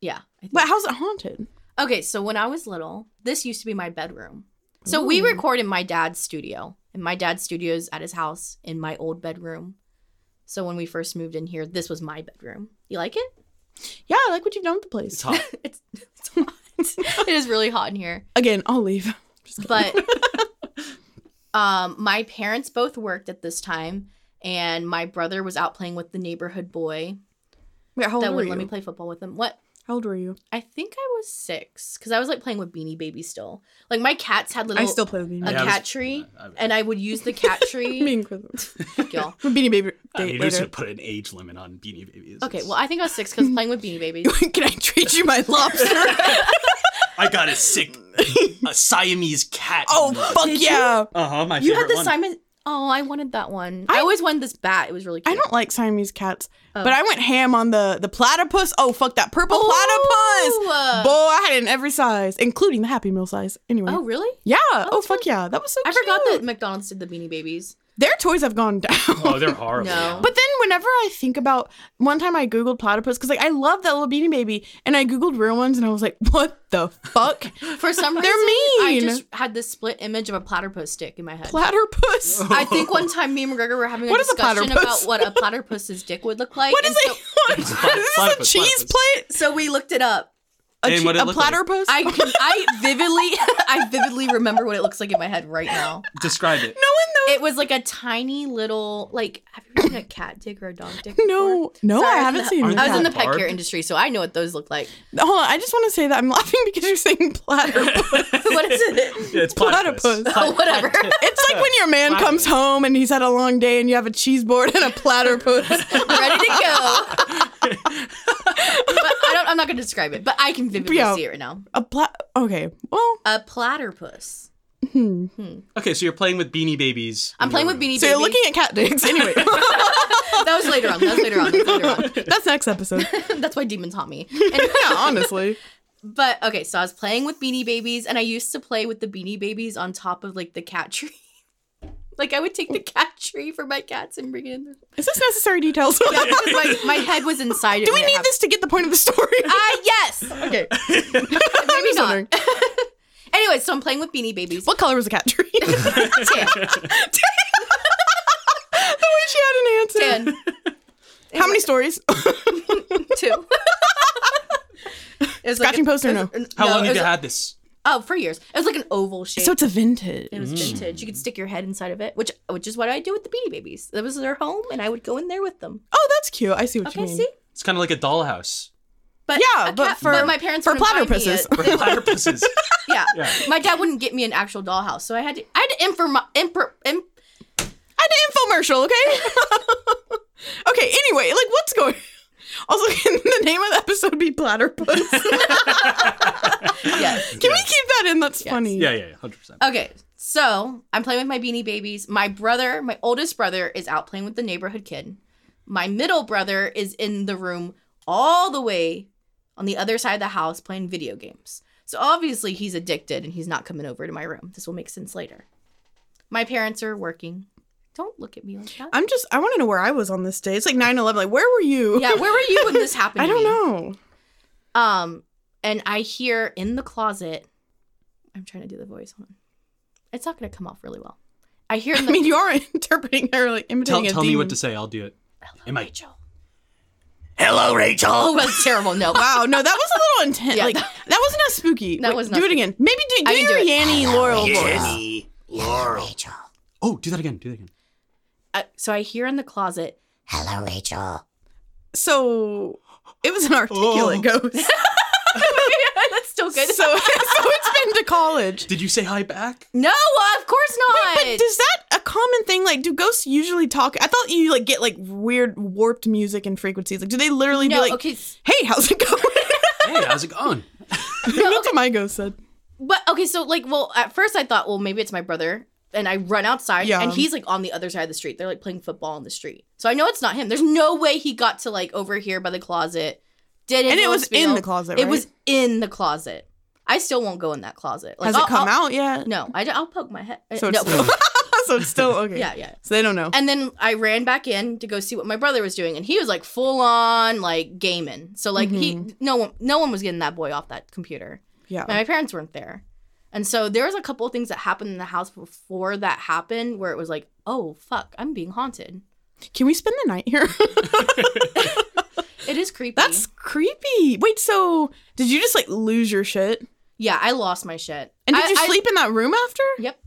Speaker 4: yeah. I think.
Speaker 3: but how's it haunted
Speaker 4: Okay, so when I was little, this used to be my bedroom. So we record in my dad's studio, and my dad's studio is at his house in my old bedroom. So when we first moved in here, this was my bedroom. You like it?
Speaker 3: yeah i like what you've done with the place
Speaker 5: It's hot.
Speaker 4: It's it's hot. it is really hot in here.
Speaker 3: again i'll leave
Speaker 4: but um, my parents both worked at this time, and my brother was out playing with the neighborhood boy
Speaker 3: Wait, how old
Speaker 4: that
Speaker 3: were
Speaker 4: would
Speaker 3: you
Speaker 4: let me play football with him. What?
Speaker 3: how old were you
Speaker 4: I think I was six because I was like playing with Beanie Baby still. Like my cats had little
Speaker 3: i still play with beanie
Speaker 4: a
Speaker 5: Yeah, I was-
Speaker 4: cat tree,
Speaker 5: I- I-
Speaker 4: and I would use the cat
Speaker 3: me
Speaker 4: tree.
Speaker 3: and Chris.
Speaker 4: Fuck y'all.
Speaker 3: beanie baby
Speaker 5: I
Speaker 3: date
Speaker 5: mean, who's
Speaker 3: later
Speaker 5: gonna put an age limit on Beanie Babies?
Speaker 4: Okay,
Speaker 5: It's-
Speaker 4: well I think I was six because playing with Beanie Babies.
Speaker 3: Can I treat you my lobster?
Speaker 5: I got a sick a Siamese cat.
Speaker 3: oh, fuck yeah.
Speaker 5: Uh huh. My
Speaker 4: You had
Speaker 5: favorite
Speaker 4: the
Speaker 5: one.
Speaker 4: Simon. Oh, I wanted that one. I,
Speaker 3: I-
Speaker 4: always wanted this bat. It was really cute.
Speaker 3: I don't like Siamese cats,
Speaker 4: Oh.
Speaker 3: but I went ham on the the platypus. Oh, fuck that purple platypus.
Speaker 4: Oh,
Speaker 3: Boy, I had it in every size, including the Happy Meal size. Anyway.
Speaker 4: oh really?
Speaker 3: yeah. Oh, fuck yeah. That was so
Speaker 4: I
Speaker 3: cute.
Speaker 4: forgot that McDonald's did the Beanie Babies.
Speaker 3: Their toys have gone down.
Speaker 5: Oh, they're horrible.
Speaker 4: No.
Speaker 3: But then whenever I think about one time I googled platypus because like I love that little beanie baby and I googled real ones and I was like, what the fuck?
Speaker 4: For some reason,
Speaker 3: They're
Speaker 4: I
Speaker 3: mean.
Speaker 4: just had this split image of a platypus stick in my head.
Speaker 3: platypus.
Speaker 4: I think one time me and McGregor were having a
Speaker 3: What is a
Speaker 4: discussion about
Speaker 3: platypus?
Speaker 4: what a platypus's dick would look like.
Speaker 3: What is
Speaker 4: and
Speaker 3: it? What? Is this a
Speaker 5: Platypus,
Speaker 3: cheese
Speaker 5: platypus.
Speaker 3: plate?
Speaker 4: So, so we looked it up,
Speaker 3: A,
Speaker 5: And
Speaker 3: che-
Speaker 5: what it
Speaker 3: a
Speaker 5: looked like.
Speaker 3: platypus?
Speaker 4: I can, I vividly I vividly remember what it looks like in my head right now.
Speaker 5: Describe it.
Speaker 4: It was like a tiny little like have you ever seen a cat dick or a dog dick?
Speaker 3: No,
Speaker 4: before?
Speaker 3: no,
Speaker 4: Sorry,
Speaker 3: I
Speaker 4: was
Speaker 3: haven't
Speaker 4: in
Speaker 3: seen.
Speaker 5: Aren't
Speaker 4: the, I was
Speaker 3: that.
Speaker 4: in the pet
Speaker 5: Barbed?
Speaker 4: care industry, so I know what those look like.
Speaker 3: Hold on, I just want to say that I'm laughing because you're saying platypus.
Speaker 4: what is it?
Speaker 5: Yeah, it's platypus.
Speaker 3: Platypus.
Speaker 5: Pla-
Speaker 4: Whatever.
Speaker 3: It's like when your man comes home and he's had a long day and you have a cheese board and a platypus.
Speaker 4: I'm ready to go. but I don't, I'm not going to describe it, but I can vividly
Speaker 3: Yeah.
Speaker 4: see it right now.
Speaker 3: a plat. Okay, well,
Speaker 4: A platypus.
Speaker 5: Okay, so you're playing with Beanie Babies.
Speaker 4: I'm
Speaker 5: in
Speaker 4: playing
Speaker 5: your
Speaker 4: with
Speaker 5: room.
Speaker 4: Beanie
Speaker 3: so you're
Speaker 4: Baby.
Speaker 3: looking at cat dicks anyway.
Speaker 4: that was later on. That was later on. That was later on.
Speaker 3: That's next episode.
Speaker 4: That's why demons haunt me. And-
Speaker 3: Yeah, honestly.
Speaker 4: but okay, so I was playing with Beanie Babies, and I used to play with the Beanie Babies on top of like the cat tree. Like I would take the cat tree for my cats and bring it in. there.
Speaker 3: Is this necessary details?
Speaker 4: Because my, my head was inside it.
Speaker 3: Do we
Speaker 4: when it
Speaker 3: need
Speaker 4: happened.
Speaker 3: this to get the point of the story?
Speaker 4: Ah, yes.
Speaker 3: okay.
Speaker 4: Maybe
Speaker 3: Just
Speaker 4: not.
Speaker 3: wondering.
Speaker 4: anyway, so I'm playing with Beanie Babies.
Speaker 3: What color was the cat tree? the way
Speaker 4: Tan.
Speaker 3: she had an answer.
Speaker 4: Tan.
Speaker 3: How many stories?
Speaker 4: Two. It was
Speaker 3: Scratching post or
Speaker 4: it was-
Speaker 5: How long
Speaker 4: it
Speaker 5: have
Speaker 4: was-
Speaker 5: you had this?
Speaker 4: Oh, for years. It was like an oval shape.
Speaker 3: so it's a vintage.
Speaker 4: it was
Speaker 5: Mm.
Speaker 4: vintage. You could stick your head inside of it, which which is what I do with the Beanie Babies. That was their home, and I would go in there with them.
Speaker 3: Oh, that's cute. I see what
Speaker 4: Okay,
Speaker 3: you mean.
Speaker 4: see.
Speaker 5: It's kind of like a dollhouse.
Speaker 4: But
Speaker 3: Yeah,
Speaker 4: a cat-
Speaker 3: but for-
Speaker 4: my parents
Speaker 3: for
Speaker 4: wouldn't buy me
Speaker 3: platypuses.
Speaker 4: it.
Speaker 5: Or platypuses.
Speaker 4: Yeah.
Speaker 5: Yeah.
Speaker 4: my dad wouldn't get me an actual dollhouse, so I had to I had to inform imper, imp,
Speaker 3: I had an infomercial, okay? okay, anyway, like what's going Also, can the name of the episode be Platypus?
Speaker 4: yes.
Speaker 3: Can we keep that in? That's funny.
Speaker 5: yeah, yeah, yeah, 100%.
Speaker 4: Okay, so I'm playing with my beanie babies. My brother, my oldest brother, is out playing with the neighborhood kid. My middle brother is in the room all the way on the other side of the house playing video games. So obviously he's addicted and he's not coming over to my room. This will make sense later. My parents are working. Don't look at me like that.
Speaker 3: I'm just I want to know where I was on this day. It's like 9/11. Like where were you?
Speaker 4: yeah, where were you when this happened?
Speaker 3: I
Speaker 4: to
Speaker 3: don't
Speaker 4: me?
Speaker 3: know.
Speaker 4: Um, and I hear in the closet. I'm trying to do the voice. Hold on. It's not going to come off really well. I hear in
Speaker 3: I
Speaker 4: the
Speaker 3: mean, you are interpreting or like
Speaker 5: Tell,
Speaker 3: imitating a
Speaker 5: tell me what
Speaker 3: demon.
Speaker 5: to say. I'll do it. Am I?
Speaker 4: Rachel.
Speaker 1: Hello, Rachel.
Speaker 4: Oh, that's terrible. No.
Speaker 3: Wow, no, that was a little intense.
Speaker 4: Yeah.
Speaker 3: Like that wasn't as spooky.
Speaker 4: That
Speaker 3: Wait,
Speaker 4: was not
Speaker 3: Do it
Speaker 4: spooky.
Speaker 3: again. Maybe do, do
Speaker 4: I can
Speaker 3: your
Speaker 4: do it. Oh,
Speaker 3: Yanny Laurel voice.
Speaker 1: Jenny Laurel.
Speaker 5: Oh, do that again. Do that again.
Speaker 4: Uh, so I hear in the closet.
Speaker 6: Hello, Rachel.
Speaker 3: So it was an articulate
Speaker 4: Oh.
Speaker 3: ghost.
Speaker 4: that's still
Speaker 3: So, so it's been to college.
Speaker 5: Did you say hi back?
Speaker 4: no, of course not.
Speaker 3: But does that a common thing? Like, do ghosts usually talk? I thought you like get like weird warped music and frequencies. Like, do they literally
Speaker 4: no,
Speaker 3: be like,
Speaker 4: okay, s-
Speaker 3: "Hey, how's it going?"
Speaker 5: Hey, how's it going?
Speaker 3: That's what my ghost said.
Speaker 4: but okay, so like, well, at first I thought, well, maybe it's my brother, and I run outside,
Speaker 3: Yeah.
Speaker 4: and he's like on the other side of the street. They're like playing football on the street, so I know it's not him. There's no way he got to like over here by the closet. Did
Speaker 3: And it was in the closet,
Speaker 4: It was
Speaker 3: right?
Speaker 4: in the closet. I still won't go in that closet. Like,
Speaker 3: Has
Speaker 4: I'll-
Speaker 3: it come
Speaker 4: I'll-
Speaker 3: out yet?
Speaker 4: No, I, will poke my head.
Speaker 3: So
Speaker 4: no.
Speaker 3: it's still, so it's still okay.
Speaker 4: yeah, yeah.
Speaker 3: So they don't know.
Speaker 4: And then I ran back in to go see what my brother was doing, and he was like full on like gaming. So like he no one no one was getting that boy off that computer.
Speaker 3: Mm-hmm. yeah.
Speaker 4: And my parents weren't there, and so there was a couple of things that happened in the house before that happened where it was like, oh fuck, I'm being haunted.
Speaker 3: Can we spend the night here?
Speaker 4: It is creepy.
Speaker 3: That's creepy. Wait, so did you just like lose your shit?
Speaker 4: yeah. I lost my shit.
Speaker 3: And did
Speaker 4: I-
Speaker 3: you
Speaker 4: I-
Speaker 3: sleep in that room after?
Speaker 4: Yep.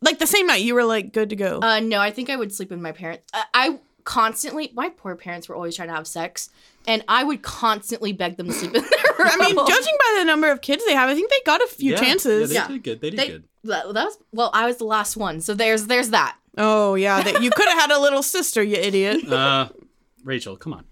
Speaker 3: Like the same night you were like good to go.
Speaker 4: Uh, no, I think I would sleep with my parents. I, I constantly, my poor parents were always trying to have sex, and I would constantly beg them to sleep in their room.
Speaker 3: I mean, judging by the number of kids they have, I think they got a few
Speaker 5: Yeah,
Speaker 3: chances.
Speaker 5: Yeah,
Speaker 4: Yeah.
Speaker 5: they did good. They did
Speaker 4: They-
Speaker 5: good.
Speaker 4: that, that was well. I was the last one, so there's there's that.
Speaker 3: Oh yeah, that you could have had a little sister, you idiot.
Speaker 5: Uh, Rachel, come on.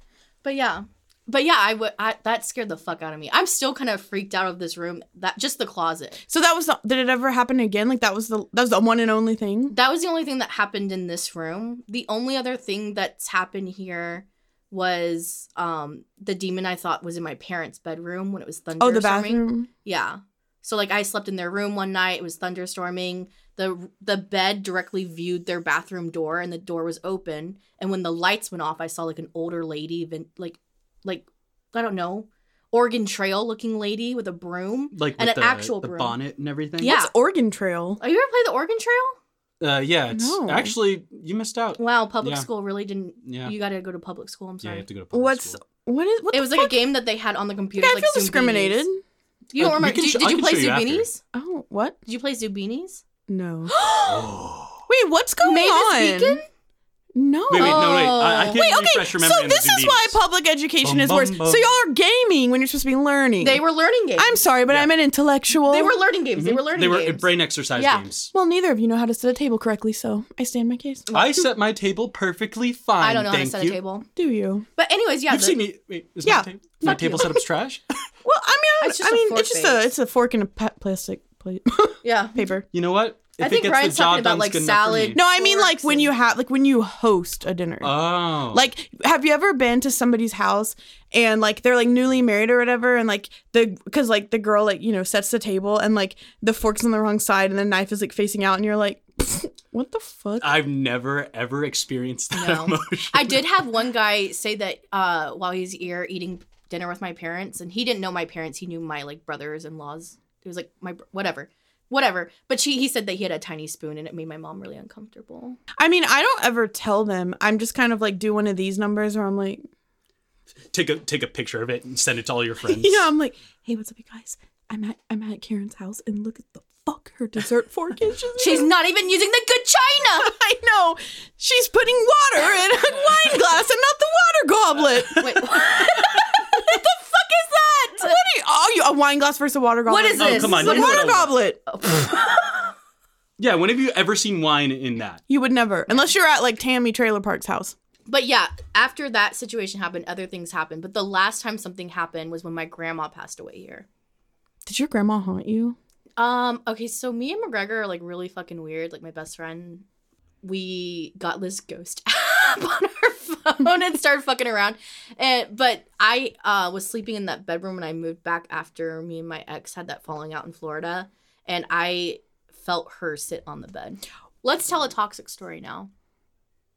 Speaker 4: But yeah, but yeah, I would. I, that scared the fuck out of me. I'm still kind of freaked out of this room. That just the closet.
Speaker 3: So that was the, did it ever happen again? Like that was the that was the one and only thing.
Speaker 4: That was the only thing that happened in this room. The only other thing that's happened here was um the demon I thought was in my parents' bedroom when it was
Speaker 3: Oh, the
Speaker 4: thunderstorming.
Speaker 3: bathroom.
Speaker 4: Yeah. So like I slept in their room one night. It was thunderstorming. The the bed directly viewed their bathroom door and the door was open. And when the lights went off, I saw like an older lady, even like like I don't know, Oregon Trail looking lady with a broom.
Speaker 5: Like
Speaker 4: And
Speaker 5: with
Speaker 4: an
Speaker 5: the,
Speaker 4: actual
Speaker 5: the
Speaker 4: broom.
Speaker 5: bonnet and everything.
Speaker 4: Yeah.
Speaker 3: It's Oregon Trail.
Speaker 4: Oh, you ever play the Oregon Trail?
Speaker 5: Uh, yeah. It's
Speaker 3: No.
Speaker 5: actually you missed out.
Speaker 4: Wow, public
Speaker 5: Yeah.
Speaker 4: school really didn't.
Speaker 5: Yeah.
Speaker 4: You got to go to public school. I'm
Speaker 5: yeah, you
Speaker 4: sorry.
Speaker 5: have to go to public
Speaker 3: What's
Speaker 5: school.
Speaker 3: what is what
Speaker 4: it
Speaker 3: the
Speaker 4: was
Speaker 3: fuck?
Speaker 4: like a game that they had on the computer.
Speaker 3: Like, I
Speaker 4: like
Speaker 3: feel
Speaker 4: Zumbinis.
Speaker 3: discriminated.
Speaker 4: You don't
Speaker 5: Uh, we
Speaker 4: remember?
Speaker 5: can
Speaker 4: Did,
Speaker 5: sh-
Speaker 4: did
Speaker 5: I
Speaker 4: you
Speaker 5: can
Speaker 4: play
Speaker 5: show you after.
Speaker 4: Zubinis?
Speaker 3: Oh, what?
Speaker 4: Did you play Zubinis?
Speaker 3: No. Wait, what's going on?
Speaker 4: Mavis Beacon?
Speaker 3: No.
Speaker 5: Oh. Wait, wait, no, wait. I, I
Speaker 4: Oh.
Speaker 5: can't
Speaker 3: Wait, okay.
Speaker 5: refresh remembering
Speaker 3: So this
Speaker 5: the
Speaker 3: is why
Speaker 5: Zubinis.
Speaker 3: public education
Speaker 5: Bum,
Speaker 3: is
Speaker 5: bum,
Speaker 3: worse.
Speaker 5: bum.
Speaker 3: So y'all are gaming when you're supposed to be learning.
Speaker 4: They were learning games.
Speaker 3: I'm sorry, but I'm an intellectual.
Speaker 4: They were learning games. They were learning
Speaker 5: Mm-hmm. They were uh,
Speaker 4: games.
Speaker 5: brain exercise
Speaker 4: Yeah.
Speaker 5: games.
Speaker 3: Well, neither of you know how to set a table correctly, so I stand my case.
Speaker 5: I set my table perfectly fine.
Speaker 4: I don't know how to
Speaker 5: thank
Speaker 4: set
Speaker 5: you.
Speaker 4: a table.
Speaker 3: Do you?
Speaker 4: But anyways, yeah.
Speaker 5: You've
Speaker 4: the-
Speaker 5: seen me. Wait, is
Speaker 3: Yeah,
Speaker 5: my, table my table setup's trash?
Speaker 3: Well, I mean,
Speaker 4: It's
Speaker 3: I,
Speaker 4: just
Speaker 3: I
Speaker 4: a
Speaker 3: mean,
Speaker 4: fork
Speaker 3: it's just
Speaker 4: base.
Speaker 3: a it's a fork and a pa- plastic plate
Speaker 4: Yeah.
Speaker 3: paper.
Speaker 5: You know what? If
Speaker 4: I think
Speaker 5: it gets
Speaker 4: Ryan's
Speaker 5: the job
Speaker 4: talking about,
Speaker 5: done, it's
Speaker 4: like,
Speaker 5: good enough for
Speaker 4: salad-
Speaker 5: me.
Speaker 3: No, I mean like
Speaker 4: Forks
Speaker 3: when
Speaker 4: and-
Speaker 3: you have like when you host a dinner.
Speaker 5: Oh.
Speaker 3: Like, have you ever been to somebody's house and like they're like newly married or whatever, and like the because like the girl like you know sets the table and like the fork's on the wrong side and the knife is like facing out, and you're like, what the fuck?
Speaker 5: I've never ever experienced that
Speaker 4: No.
Speaker 5: emotion.
Speaker 4: I did have one guy say that uh, while he's here eating dinner with my parents, and he didn't know my parents. He knew my like brothers in laws. It was like my br- whatever, whatever. But she he said that he had a tiny spoon, and it made my mom really uncomfortable.
Speaker 3: I mean, I don't ever tell them. I'm just kind of like do one of these numbers where I'm like,
Speaker 5: Take a take a picture of it and send it to all your friends.
Speaker 3: yeah, I'm like, hey, what's up, you guys? I'm at I'm at Karen's house, and look at the fuck her dessert fork is. She's,
Speaker 4: She's not even using the good china.
Speaker 3: I know she's putting water in a wine glass and not the water goblet.
Speaker 4: Wait, what
Speaker 3: What are you? Oh, you a wine glass versus a water goblet?
Speaker 4: what is
Speaker 5: Oh,
Speaker 4: this?
Speaker 5: come on,
Speaker 4: What
Speaker 5: you
Speaker 4: is-
Speaker 5: know
Speaker 3: Water goblet.
Speaker 5: Yeah, when have you ever seen wine in that?
Speaker 3: You would never, unless you're at like Tammy Trailer Park's house.
Speaker 4: But yeah, after that situation happened, other things happened. But the last time something happened was when my grandma passed away here.
Speaker 3: Did your grandma haunt you?
Speaker 4: Um, okay, so me and McGregor are like really fucking weird. Like my best friend, we got this ghost app on our phone and started fucking around. And but I uh was sleeping in that bedroom and I moved back after me and my ex had that falling out in Florida and I felt her sit on the bed. Let's tell a toxic story now.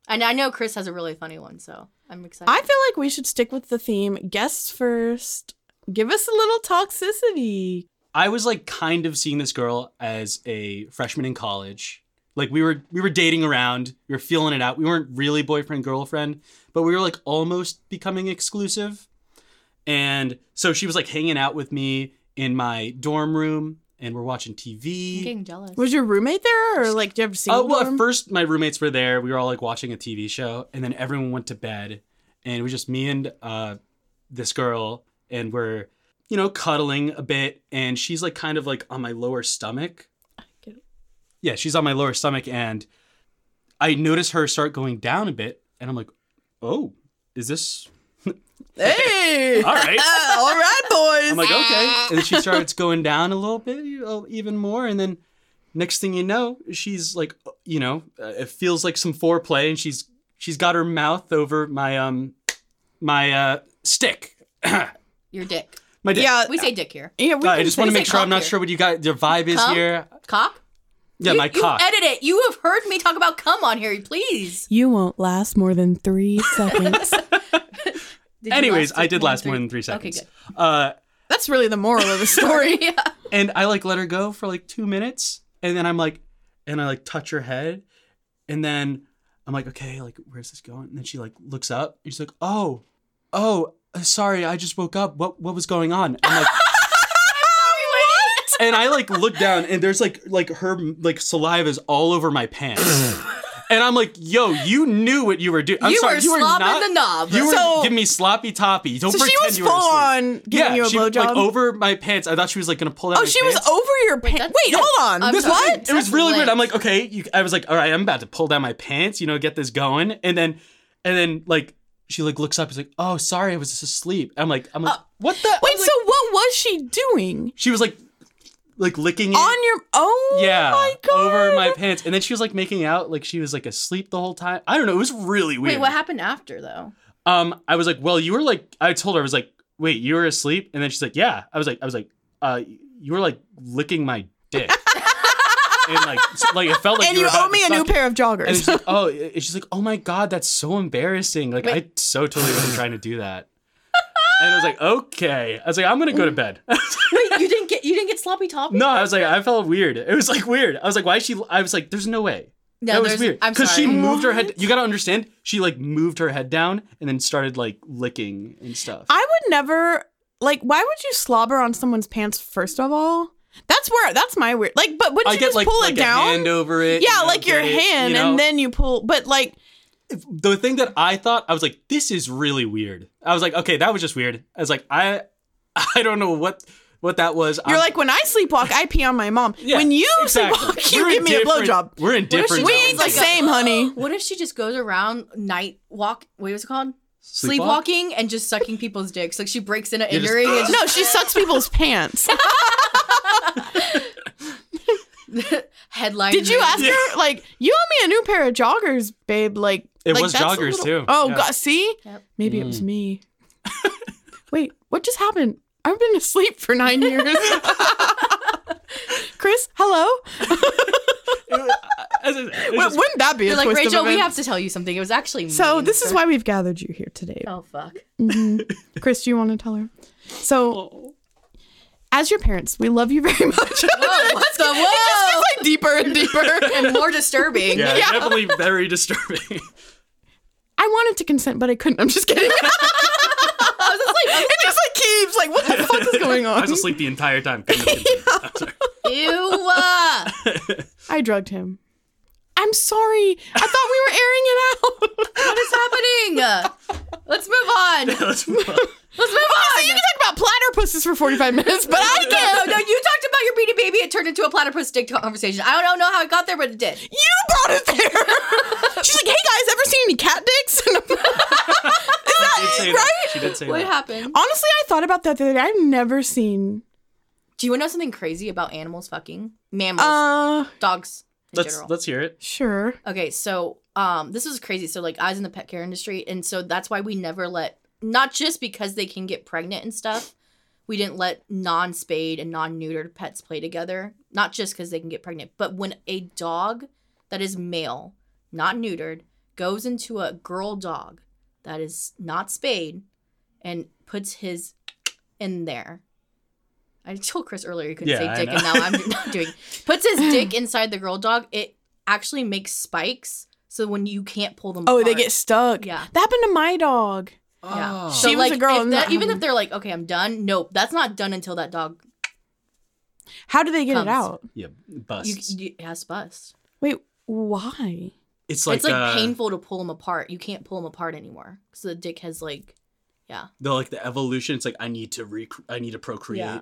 Speaker 4: And I know Chris has a really funny one, so I'm excited.
Speaker 3: I feel like we should stick with the theme guests first. Give us a little toxicity.
Speaker 5: I was like kind of seeing this girl as a freshman in college. Like we were we were dating around, we were feeling it out. We weren't really boyfriend girlfriend, but we were like almost becoming exclusive. And so she was like hanging out with me in my dorm room and we're watching TV.
Speaker 4: I'm getting jealous.
Speaker 3: Was your roommate there, or like, do you ever see?
Speaker 5: Oh well, at first my roommates were there. We were all like watching a TV show, and then everyone went to bed, and it was just me and uh, this girl, and we're you know cuddling a bit, and she's like kind of like on my lower stomach.
Speaker 3: get it.
Speaker 5: Yeah, she's on my lower stomach, and I notice her start going down a bit, and I'm like, oh, is this
Speaker 3: Hey,
Speaker 5: all right?
Speaker 3: all right, boys.
Speaker 5: I'm like, okay. And then she starts going down a little bit, you know, even more. And then next thing you know, she's like, you know, uh, it feels like some foreplay, and she's she's got her mouth over my um my uh stick,
Speaker 4: your dick.
Speaker 5: my dick.
Speaker 3: yeah,
Speaker 4: We say dick here.
Speaker 3: Uh, yeah. We
Speaker 5: Uh, I
Speaker 3: can
Speaker 5: just
Speaker 3: say-
Speaker 5: want to
Speaker 4: say
Speaker 5: make sure I'm
Speaker 4: cock
Speaker 5: not
Speaker 4: here.
Speaker 5: sure what you got. Your vibe is
Speaker 4: Cum?
Speaker 5: here.
Speaker 4: Cock?
Speaker 5: Yeah,
Speaker 4: you,
Speaker 5: my cock.
Speaker 4: You edit it. You have heard me talk about cum on here, please.
Speaker 3: You won't last more than three seconds.
Speaker 4: Did you
Speaker 5: Anyways,
Speaker 4: last
Speaker 5: I did
Speaker 4: more
Speaker 5: last more than three
Speaker 4: Okay,
Speaker 5: seconds.
Speaker 4: good.
Speaker 5: Uh,
Speaker 3: That's really the moral of the story.
Speaker 4: yeah.
Speaker 5: and I like let her go for like two minutes, and then I'm like, and I like touch her head, and then I'm like, okay, like where's this going? And then she like looks up, and she's like, oh, oh, uh, sorry, I just woke up. What what was going on? I'm like, and I like look down, and there's like like her like saliva is all over my pants. And I'm like, yo, you knew what you were doing. I'm
Speaker 4: You
Speaker 5: sorry,
Speaker 4: were
Speaker 5: you were
Speaker 4: slobbing
Speaker 5: not.
Speaker 4: the knob.
Speaker 5: You were
Speaker 3: So-
Speaker 5: giving me sloppy toppy. Don't
Speaker 3: So
Speaker 5: pretend
Speaker 3: she was
Speaker 5: you were
Speaker 3: full
Speaker 5: asleep.
Speaker 3: on giving
Speaker 5: yeah,
Speaker 3: you a
Speaker 5: she,
Speaker 3: blowjob.
Speaker 5: Like over my pants. I thought she was like gonna pull out.
Speaker 3: oh,
Speaker 5: my
Speaker 3: she was
Speaker 5: pants.
Speaker 3: over your pants.
Speaker 4: that's-
Speaker 3: Wait, hold on.
Speaker 4: I'm
Speaker 3: This
Speaker 4: sorry.
Speaker 3: what?
Speaker 5: it was
Speaker 4: That's
Speaker 5: really
Speaker 4: lit.
Speaker 5: weird. I'm like, okay, you, I was like, all right, I'm about to pull down my pants, you know, get this going, and then, and then like she like looks up, is like, oh, sorry, I was just asleep. I'm like, I'm like, what the?
Speaker 3: Uh, Wait, so what was she doing
Speaker 5: she was like, like licking it,
Speaker 3: on your? Oh,
Speaker 5: yeah,
Speaker 3: my god.
Speaker 5: over my pants, and then she was like making out, like she was like asleep the whole time. I don't know, it was really weird.
Speaker 4: Wait, what happened after though?
Speaker 5: Um, I was like, well, you were like, I told her, I was like, wait, you were asleep, and then she's like, yeah. I was like, I was like, uh, you were like licking my dick. And like, so- like it felt like
Speaker 3: and
Speaker 5: you,
Speaker 3: you
Speaker 5: were about
Speaker 3: owe
Speaker 5: to
Speaker 3: me a new
Speaker 5: suck it.
Speaker 3: pair of
Speaker 5: And she's
Speaker 3: joggers.
Speaker 5: like, oh, and she's like, oh my god, that's so embarrassing. Like, I so totally wasn't trying to do that. And I was like, okay. I was like, I'm gonna go to bed.
Speaker 4: Wait, you didn't get you didn't get sloppy toppy?
Speaker 5: no, I was like, I felt weird. It was like weird. I was like, why is she? I was like, there's no way.
Speaker 4: No,
Speaker 5: that was
Speaker 4: there's-
Speaker 5: weird.
Speaker 4: I'm
Speaker 5: she
Speaker 4: sorry.
Speaker 5: moved her head. You gotta understand. She like moved her head down and then started like licking and stuff.
Speaker 3: I would never Like, why would you slobber on someone's pants first of all? That's where that's my weird. Like, but wouldn't
Speaker 5: I
Speaker 3: you
Speaker 5: get
Speaker 3: just
Speaker 5: like,
Speaker 3: pull
Speaker 5: like
Speaker 3: it
Speaker 5: a
Speaker 3: down?
Speaker 5: hand over it.
Speaker 3: yeah,
Speaker 5: you know,
Speaker 3: like your
Speaker 5: get it,
Speaker 3: hand,
Speaker 5: you know?
Speaker 3: and then you pull. But like,
Speaker 5: the thing that I thought, I was like, this is really weird. I was like, okay, that was just weird. I was like, I, I don't know what what that was.
Speaker 3: You're
Speaker 5: I'm-
Speaker 3: like when I sleepwalk, I pee on my mom.
Speaker 5: Yeah,
Speaker 3: when you
Speaker 5: exactly.
Speaker 3: sleepwalk, you
Speaker 5: We're
Speaker 3: give me a
Speaker 5: indifferent-
Speaker 3: blowjob.
Speaker 5: We're in
Speaker 3: We
Speaker 5: different.
Speaker 3: ain't the
Speaker 4: like a-
Speaker 3: same, honey.
Speaker 4: What if she just goes around night walk? What was it called?
Speaker 5: Sleepwalk?
Speaker 4: Sleepwalking and just sucking people's dicks. Like she breaks in an
Speaker 5: You're just-
Speaker 4: earring and just
Speaker 3: No, she sucks people's pants.
Speaker 4: headline.
Speaker 3: Did you
Speaker 4: her.
Speaker 3: ask her like you owe me a new pair of joggers, babe? Like
Speaker 5: It
Speaker 3: like,
Speaker 5: was
Speaker 3: that's a
Speaker 5: joggers,
Speaker 3: little-
Speaker 5: too.
Speaker 3: Oh
Speaker 5: Yeah. Mm.
Speaker 3: god, see,
Speaker 4: Yep.
Speaker 3: maybe it was me. Wait, what just happened? I've been asleep for nine years. Chris, hello.
Speaker 5: Sleepwalk?
Speaker 3: W- Wouldn't that be
Speaker 4: You're
Speaker 3: a
Speaker 4: like
Speaker 3: twist of
Speaker 4: Rachel, we
Speaker 3: events?
Speaker 4: have to tell you something. It was actually
Speaker 3: So
Speaker 4: me.
Speaker 3: this is why we've gathered you here today.
Speaker 4: Oh fuck.
Speaker 3: Chris, do you want to tell her? So, as your parents, we love you very much.
Speaker 4: Whoa, what the whoa?
Speaker 3: like deeper and deeper.
Speaker 4: and more disturbing.
Speaker 5: Yeah,
Speaker 3: Yeah.
Speaker 5: definitely very disturbing.
Speaker 3: I wanted to consent, but I couldn't. I'm just kidding.
Speaker 4: I was just like,
Speaker 3: it just like keeps like, what the fuck is going
Speaker 5: I
Speaker 3: on?
Speaker 5: was asleep the entire time. Couldn't have been better. I'm sorry.
Speaker 4: ew. uh,
Speaker 3: I drugged him. I'm sorry. I thought we were airing it out.
Speaker 4: What is happening? Uh, Let's move on. Let's
Speaker 5: Let's move
Speaker 4: move
Speaker 5: on.
Speaker 4: on.
Speaker 3: you can talk about platter pussies for 45 minutes, but I
Speaker 4: No,
Speaker 3: can't.
Speaker 4: no, you talked about your beanie baby. It turned into a platypus dick conversation. I don't know how it got there, but it did.
Speaker 3: You brought it there. She's like, hey guys, ever seen any cat dicks? And I'm-
Speaker 5: She did say that. She did say
Speaker 4: What
Speaker 5: that.
Speaker 4: happened?
Speaker 3: Honestly, I thought about that the other day. I've never seen.
Speaker 4: Do you want to know something crazy about animals fucking? Mammals,
Speaker 3: Uh,
Speaker 4: dogs in
Speaker 5: Let's
Speaker 4: general.
Speaker 5: let's hear it.
Speaker 3: sure.
Speaker 4: Okay, so um, this is crazy. So like, I was in the pet care industry, and so that's why we never let not just because they can get pregnant and stuff. We didn't let non spayed and non neutered pets play together, not just because they can get pregnant, but when a dog that is male, not neutered, goes into a girl dog that is not spayed and puts his in there. I told Chris earlier you couldn't
Speaker 5: Yeah, I
Speaker 4: say dick,
Speaker 5: know.
Speaker 4: and now I'm not doing. Puts his dick inside the girl dog. It actually makes spikes, so when you can't pull them.
Speaker 3: Oh, they
Speaker 4: apart.
Speaker 3: get stuck.
Speaker 4: Yeah.
Speaker 3: That happened to my dog.
Speaker 5: Oh.
Speaker 4: Yeah.
Speaker 3: She was a girl
Speaker 4: if
Speaker 3: and
Speaker 4: that-
Speaker 3: that-
Speaker 4: even if they're like, okay, I'm done. Nope, that's not done until that dog
Speaker 3: How do they get
Speaker 4: Comes.
Speaker 3: it out?
Speaker 5: Yeah,
Speaker 4: you,
Speaker 5: busts.
Speaker 4: you, it has to bust.
Speaker 3: Wait, why?
Speaker 5: it's like,
Speaker 4: it's like
Speaker 5: uh,
Speaker 4: painful to pull them apart. You can't pull them apart anymore because the dick has like.
Speaker 5: The like the evolution. It's like I need to rec- I need to procreate.
Speaker 4: Yeah.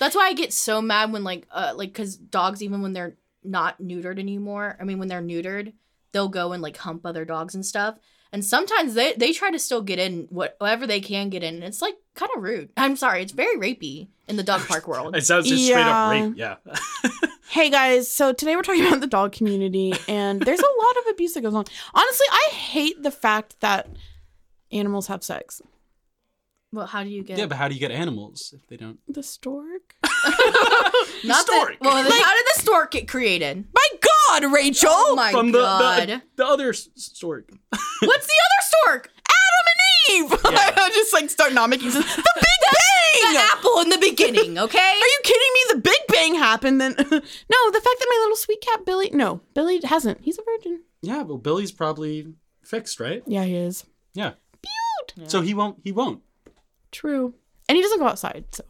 Speaker 4: That's why I get so mad when like uh like because dogs even when they're not neutered anymore. I mean when they're neutered, they'll go and like hump other dogs and stuff. And sometimes they they try to still get in whatever they can get in. And it's like kind of rude. I'm sorry, it's very rapey in the dog park world.
Speaker 5: It sounds just straight up
Speaker 3: Yeah.
Speaker 5: rape. Yeah.
Speaker 3: Hey guys, so today we're talking about the dog community, and there's a lot of abuse that goes on. Honestly, I hate the fact that animals have sex.
Speaker 4: well, how do you get?
Speaker 5: yeah, but how do you get animals if they don't?
Speaker 3: The stork?
Speaker 4: not that-
Speaker 5: stork.
Speaker 4: well, then how did the stork get created?
Speaker 3: My God, Rachel!
Speaker 4: Oh my
Speaker 5: From the,
Speaker 4: god!
Speaker 5: the the other s- stork.
Speaker 4: What's the other stork?
Speaker 3: Adam and Eve! I just like start not making sense. The Big Bang!
Speaker 4: The apple in the beginning. Okay.
Speaker 3: Are you kidding me? The Big Bang happened then. no, the fact that my little sweet cat Billy. No, Billy hasn't. He's a virgin.
Speaker 5: Yeah, well, Billy's probably fixed, right?
Speaker 3: Yeah, he is.
Speaker 5: Yeah. So he won't. He won't.
Speaker 3: True. And he doesn't go outside, so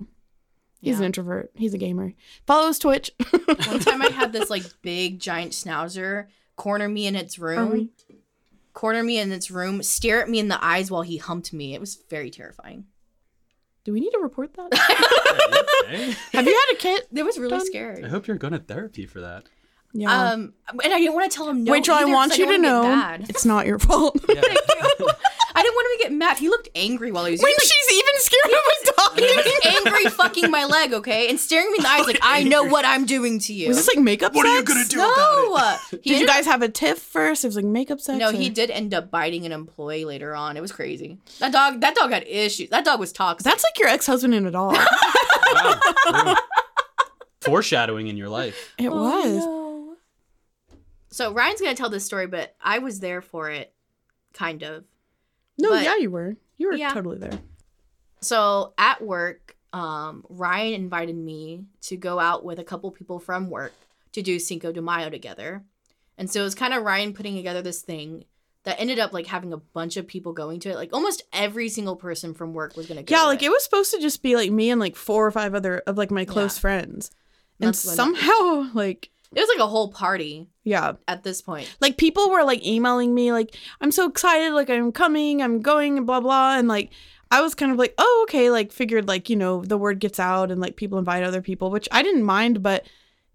Speaker 3: he's an introvert. He's a gamer. Follows Twitch.
Speaker 4: One time I had this like big giant schnauzer corner me in its room, corner me in its room, stare at me in the eyes while he humped me. It was very terrifying.
Speaker 3: Do we need to report that?
Speaker 5: Okay.
Speaker 3: Have you had a kid?
Speaker 4: That was really
Speaker 3: Done.
Speaker 5: I
Speaker 4: scary.
Speaker 5: hope you're going to therapy for that.
Speaker 3: Yeah.
Speaker 4: Um, and I didn't want to tell him no.
Speaker 3: Rachel, I
Speaker 4: either, 'cause
Speaker 3: want you to
Speaker 4: didn't
Speaker 3: know
Speaker 4: wanna get mad.
Speaker 3: it's not your fault.
Speaker 4: I didn't want him to get mad. He looked angry while he was.
Speaker 3: when
Speaker 4: he was,
Speaker 3: she's even scared of a dog.
Speaker 4: like, he was angry, fucking my leg, okay, and staring me in the eyes like I know what I'm doing to you.
Speaker 3: Was this like makeup what sex?
Speaker 4: no, he
Speaker 3: Did you
Speaker 4: did-
Speaker 3: guys have a tiff first? It was like makeup sex.
Speaker 4: No,
Speaker 3: or-
Speaker 4: he did end up biting an employee later on. It was crazy. That dog, that dog had issues. That dog was toxic.
Speaker 3: That's like your ex-husband in a dog.
Speaker 5: Wow. Really. Foreshadowing in your life.
Speaker 3: it was.
Speaker 4: So Ryan's gonna tell this story, but I was there for it, kind of.
Speaker 3: No,
Speaker 4: But-
Speaker 3: yeah, you were. You were
Speaker 4: Yeah.
Speaker 3: totally there.
Speaker 4: So at work, um, Ryan invited me to go out with a couple people from work to do Cinco de Mayo together, and so it was kind of Ryan putting together this thing that ended up like having a bunch of people going to it. Like almost every single person from work was gonna go.
Speaker 3: Yeah,
Speaker 4: to
Speaker 3: like it was supposed to just be like me and like four or five other of like my close friends. And
Speaker 4: That's when-
Speaker 3: somehow like
Speaker 4: it was like a whole party
Speaker 3: yeah.
Speaker 4: at this point.
Speaker 3: Like people were like emailing me like I'm so excited like I'm coming, I'm going and blah blah and like I was kind of like, "Oh, okay." Like figured like, you know, the word gets out and like people invite other people, which I didn't mind, but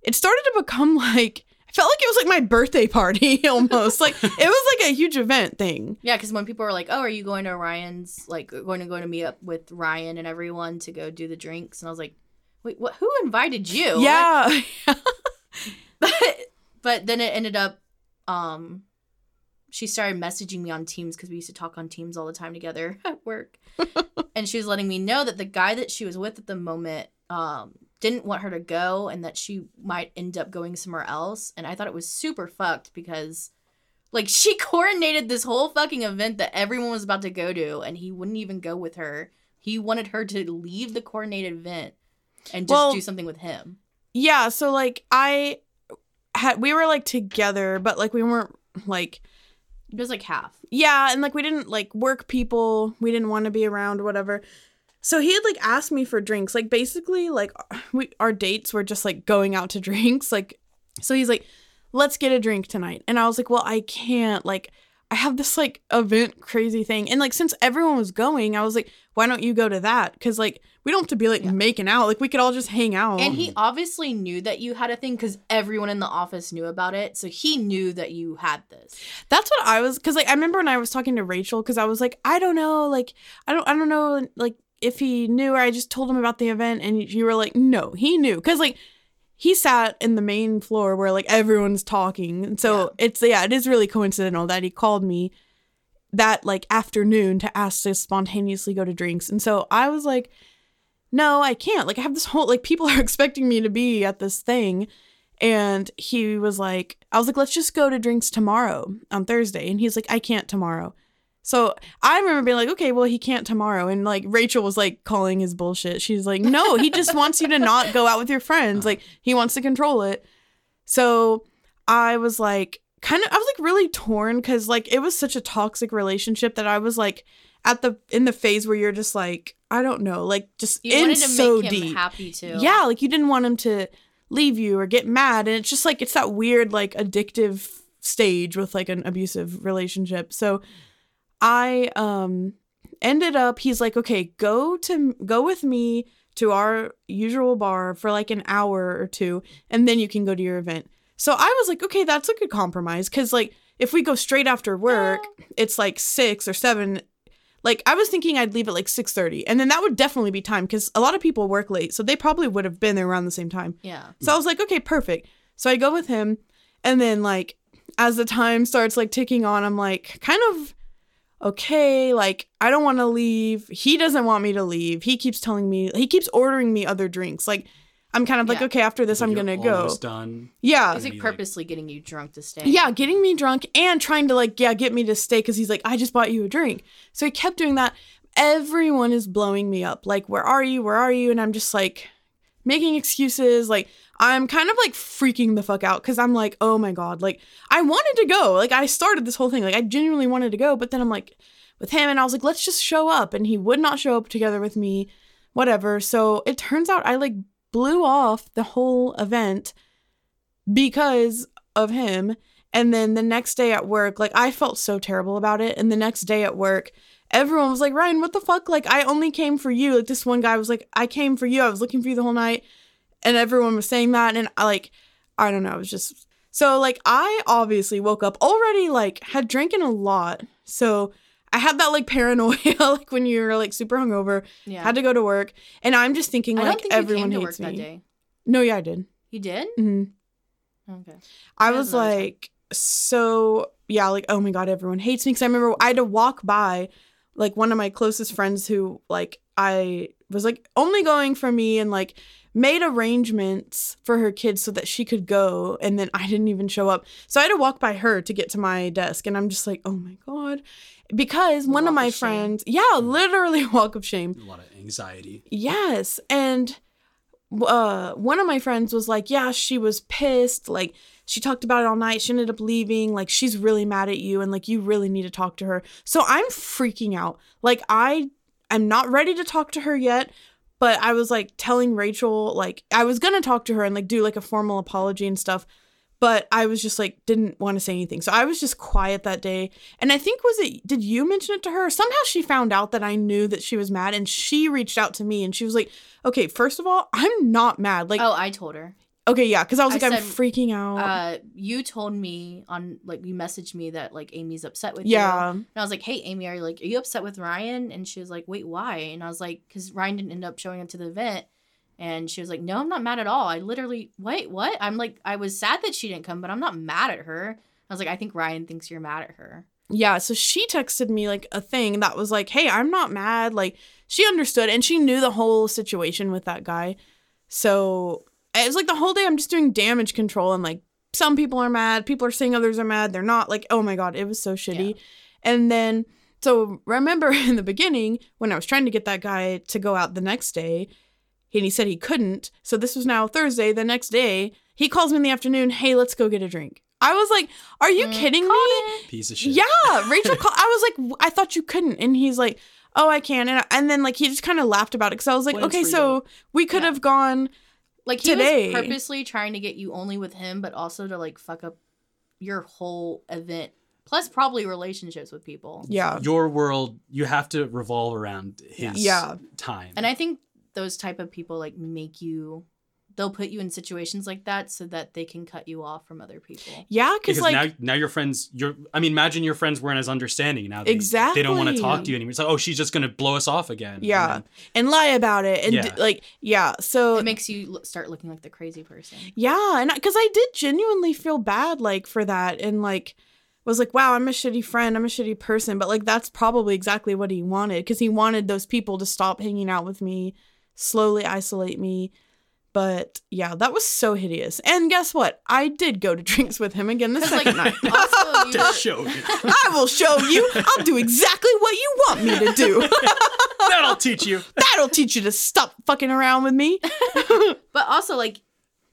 Speaker 3: it started to become like I felt like it was like my birthday party almost. like it was like a huge event thing.
Speaker 4: Yeah, because when people were like, "Oh, are you going to Ryan's? Like, going to go to meet up with Ryan and everyone to go do the drinks?" And I was like, "Wait, what? Who invited you?"
Speaker 3: yeah.
Speaker 4: but but then it ended up um she started messaging me on teams because we used to talk on teams all the time together at work and she was letting me know that the guy that she was with at the moment um didn't want her to go and that she might end up going somewhere else and i thought it was super fucked because like she coordinated this whole fucking event that everyone was about to go to and he wouldn't even go with her he wanted her to leave the coordinated event and just
Speaker 3: Well-
Speaker 4: do something with him
Speaker 3: Yeah, so like I had we were like together, but like we weren't like
Speaker 4: it was like half
Speaker 3: yeah, and like we didn't like work people, we didn't want to be around whatever. So he had like asked me for drinks. Like basically like we our dates were just like going out to drinks like so he's like let's get a drink tonight. And I was like, "Well, I can't like I have this like event crazy thing." And like since everyone was going, I was like, "Why don't you go to that?" Cuz like we don't have to be like making out. Like we could all just hang out.
Speaker 4: And he obviously knew that you had a thing because everyone in the office knew about it. So he knew that you had this.
Speaker 3: That's what I was because like I remember when I was talking to Rachel because I was like I don't know like I don't I don't know like if he knew or I just told him about the event and you were like no he knew because like he sat in the main floor where like everyone's talking and so it's yeah it is really coincidental that he called me that like afternoon to ask to spontaneously go to drinks and so I was like no I can't like I have this whole like people are expecting me to be at this thing and he was like, I was like, let's just go to drinks tomorrow on Thursday. And he's like, I can't tomorrow. So I remember being like, okay, well, he can't tomorrow. And like Rachel was like calling his bullshit. She's like, no, he just wants you to not go out with your friends. Like he wants to control it. So I was like, kind of, I was like really torn because like it was such a toxic relationship that I was like, at the in the phase where you're just like, I don't know, like just
Speaker 4: You
Speaker 3: in
Speaker 4: wanted to
Speaker 3: so
Speaker 4: make him
Speaker 3: deep.
Speaker 4: happy too.
Speaker 3: Yeah, like you didn't want him to leave you or get mad. And it's just like, it's that weird, like, addictive stage with like an abusive relationship. So I um ended up, he's like, okay, go to, go with me to our usual bar for like an hour or two, and then you can go to your event. So I was like, okay, that's a good compromise. Cause like, if we go straight after work, it's like six or seven like I was thinking I'd leave at like 6:30 and then that would definitely be time cuz a lot of people work late so they probably would have been there around the same time.
Speaker 4: Yeah.
Speaker 3: So
Speaker 5: Mm.
Speaker 3: I was like okay perfect. So I go with him and then like as the time starts like ticking on I'm like kind of okay like I don't want to leave. He doesn't want me to leave. He keeps telling me he keeps ordering me other drinks. Like I'm kind of like
Speaker 4: Yeah.
Speaker 3: okay after this I'm
Speaker 5: You're
Speaker 3: going to go.
Speaker 5: almost done.
Speaker 3: Yeah.
Speaker 4: He's like purposely getting you drunk to stay.
Speaker 3: Yeah, getting me drunk and trying to like yeah get me to stay because he's like I just bought you a drink. So he kept doing that. Everyone is blowing me up. Like where are you? Where are you? And I'm just like making excuses. Like I'm kind of like freaking the fuck out because I'm like oh my god. Like I wanted to go. Like I started this whole thing. Like I genuinely wanted to go, but then I'm like with him and I was like let's just show up and he would not show up together with me. Whatever. So it turns out I like blew off the whole event because of him. And then the next day at work, like I felt so terrible about it. And the next day at work, everyone was like, Ryan, what the fuck? Like, I only came for you. Like, this one guy was like, I came for you. I was looking for you the whole night. And everyone was saying that. And I like, I don't know. I was just so like, I obviously woke up already, like, had drinking a lot. So I had that like paranoia, like when you're like super hungover,
Speaker 4: Yeah.
Speaker 3: had to go to work. And I'm just thinking,
Speaker 4: I
Speaker 3: like,
Speaker 4: don't think
Speaker 3: everyone
Speaker 4: you came to work
Speaker 3: hates me.
Speaker 4: that day.
Speaker 3: No, yeah, I did.
Speaker 4: You did?
Speaker 3: hmm
Speaker 4: Okay.
Speaker 3: I
Speaker 4: That was
Speaker 3: was
Speaker 4: another time.
Speaker 3: like, so yeah, like oh my god, everyone hates me because I remember I had to walk by, like one of my closest friends who like I was like only going for me and like made arrangements for her kids so that she could go and then I didn't even show up. So I had to walk by her to get to my desk and I'm just like, "Oh my god." Because one
Speaker 4: walk
Speaker 3: of
Speaker 4: of
Speaker 3: my
Speaker 4: shame.
Speaker 3: friends, yeah, literally walk of shame.
Speaker 5: A lot of anxiety.
Speaker 3: Yes. And uh, one of my friends was like, Yeah, she was pissed. Like, she talked about it all night. She ended up leaving. Like, she's really mad at you and like you really need to talk to her. So I'm freaking out. Like, I I'm not ready to talk to her yet, but I was like telling Rachel, like, I was gonna talk to her and like do like a formal apology and stuff. But I was just like, didn't want to say anything. So I was just quiet that day. And I think, was it, did you mention it to her? Somehow she found out that I knew that she was mad and she reached out to me and she was like, okay, first of all, I'm not mad. Like,
Speaker 4: Oh, I told her.
Speaker 3: okay, yeah. Cause I was
Speaker 4: I
Speaker 3: like, I'm
Speaker 4: said,
Speaker 3: freaking out.
Speaker 4: Uh, you told me on like you messaged me that like Amy's upset with you.
Speaker 3: yeah.
Speaker 4: And I was like, "Hey, Amy, are you like, are you upset with Ryan?" And she was like, "Wait, why?" And I was like, "Cause Ryan didn't end up showing up to the event." And she was like, "No, I'm not mad at all. I literally, wait, what? I'm like, I was sad that she didn't come, but I'm not mad at her." I was like, "I think Ryan thinks you're mad at her."
Speaker 3: Yeah, so she texted me like a thing that was like, "Hey, I'm not mad." Like she understood and she knew the whole situation with that guy. So it was like the whole day I'm just doing damage control and like some people are mad, people are saying others are mad, they're not. Like, oh my god, it was so shitty. And then so remember in the beginning when I was trying to get that guy to go out the next day, and he said he couldn't. So this was now Thursday. The next day, he calls me in the afternoon, "Hey, let's go get a drink." I was like, "Are you kidding me?"
Speaker 5: Piece of shit.
Speaker 3: Yeah, Rachel. Call- I was like, w- I thought you couldn't, and he's like, Oh, I can, and I- and then like he just kind of laughed about it because I was like,
Speaker 5: Blame
Speaker 3: Okay,
Speaker 5: freedom.
Speaker 3: so we could
Speaker 4: Yeah.
Speaker 3: have gone.
Speaker 4: Like he
Speaker 3: Today.
Speaker 4: was purposely trying to get you only with him, but also to like fuck up your whole event, plus probably relationships with people.
Speaker 3: Yeah,
Speaker 5: Your world, you have to revolve around his
Speaker 3: Yeah.
Speaker 5: time.
Speaker 4: And I think those type of people like make you they'll put you in situations like that so that they can cut you off from other people.
Speaker 3: yeah, because
Speaker 5: because
Speaker 3: like
Speaker 5: now, now your friends, your I mean, imagine your friends weren't as understanding now. They, They don't want to talk
Speaker 3: Exactly.
Speaker 5: to you anymore. It's like, oh, she's just gonna blow us off again. And
Speaker 3: yeah,
Speaker 5: then-
Speaker 3: and lie about it, and d-
Speaker 5: Yeah.
Speaker 3: like yeah, so
Speaker 4: It makes you lo- start looking like the crazy person.
Speaker 3: Yeah, and because I did genuinely feel bad like for that, and like was like, wow, I'm a shitty friend, I'm a shitty person, but like that's probably exactly what he wanted because he wanted those people to stop hanging out with me, slowly isolate me. But yeah, that was so hideous. And guess what? I did go to drinks with him again the
Speaker 4: It's like
Speaker 3: second night.
Speaker 4: also you
Speaker 5: To
Speaker 4: were,
Speaker 5: show you.
Speaker 3: I will show you. I'll do exactly what you want me to do.
Speaker 5: That'll teach you.
Speaker 3: That'll teach you to stop fucking around with me.
Speaker 4: but also like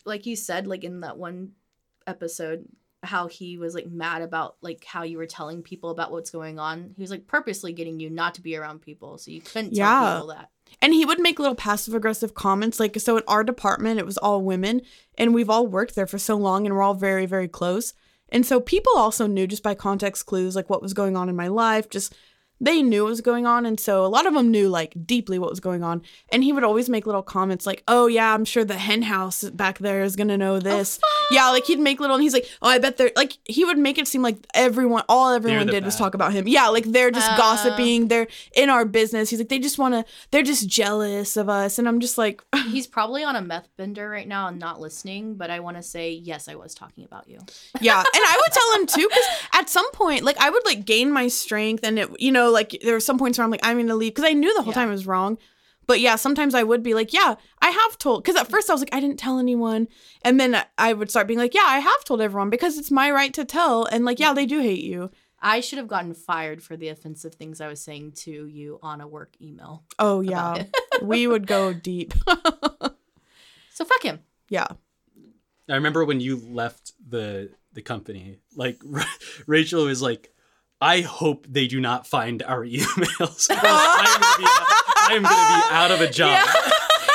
Speaker 4: like you said like in that one episode how he was like mad about like how you were telling people about what's going on. He was like purposely getting you not to be around people so you couldn't tell
Speaker 3: Yeah.
Speaker 4: people that.
Speaker 3: And he would make little passive aggressive comments. Like, so in our department, it was all women, and we've all worked there for so long, and we're all very, very close. And so people also knew just by context clues, like what was going on in my life, just they knew what was going on. And so a lot of them knew like deeply what was going on. And he would always make little comments like, oh, yeah, I'm sure the hen house back there is going to know this. yeah, like he'd make little, and he's like, oh, I bet they're like, he would make it seem like everyone, all everyone
Speaker 5: the
Speaker 3: did was
Speaker 5: bad.
Speaker 3: talk about him. Yeah, like they're just
Speaker 4: Uh.
Speaker 3: gossiping, they're in our business. He's like, they just want to, they're just jealous of us. And I'm just like,
Speaker 4: He's probably on a meth bender right now and not listening, but I want to say yes I was talking about you.
Speaker 3: yeah. And I would tell him too, because at some point, like I would like gain my strength and it, you know, like there were some points where I'm like, I'm going to leave because I knew the whole
Speaker 4: Yeah.
Speaker 3: time it was wrong. But yeah, sometimes I would be like, yeah, I have told. Because at first I was like, I didn't tell anyone. And then I would start being like, yeah, I have told everyone because it's my right to tell. And like, yeah, they do hate you.
Speaker 4: I should have gotten fired for the offensive things I was saying to you on a work email.
Speaker 3: Oh, yeah. we would go deep.
Speaker 4: So fuck him.
Speaker 3: yeah.
Speaker 5: I remember when you left the the company. Like Rachel was like, I hope they do not find our emails. I'm gonna be out of a job.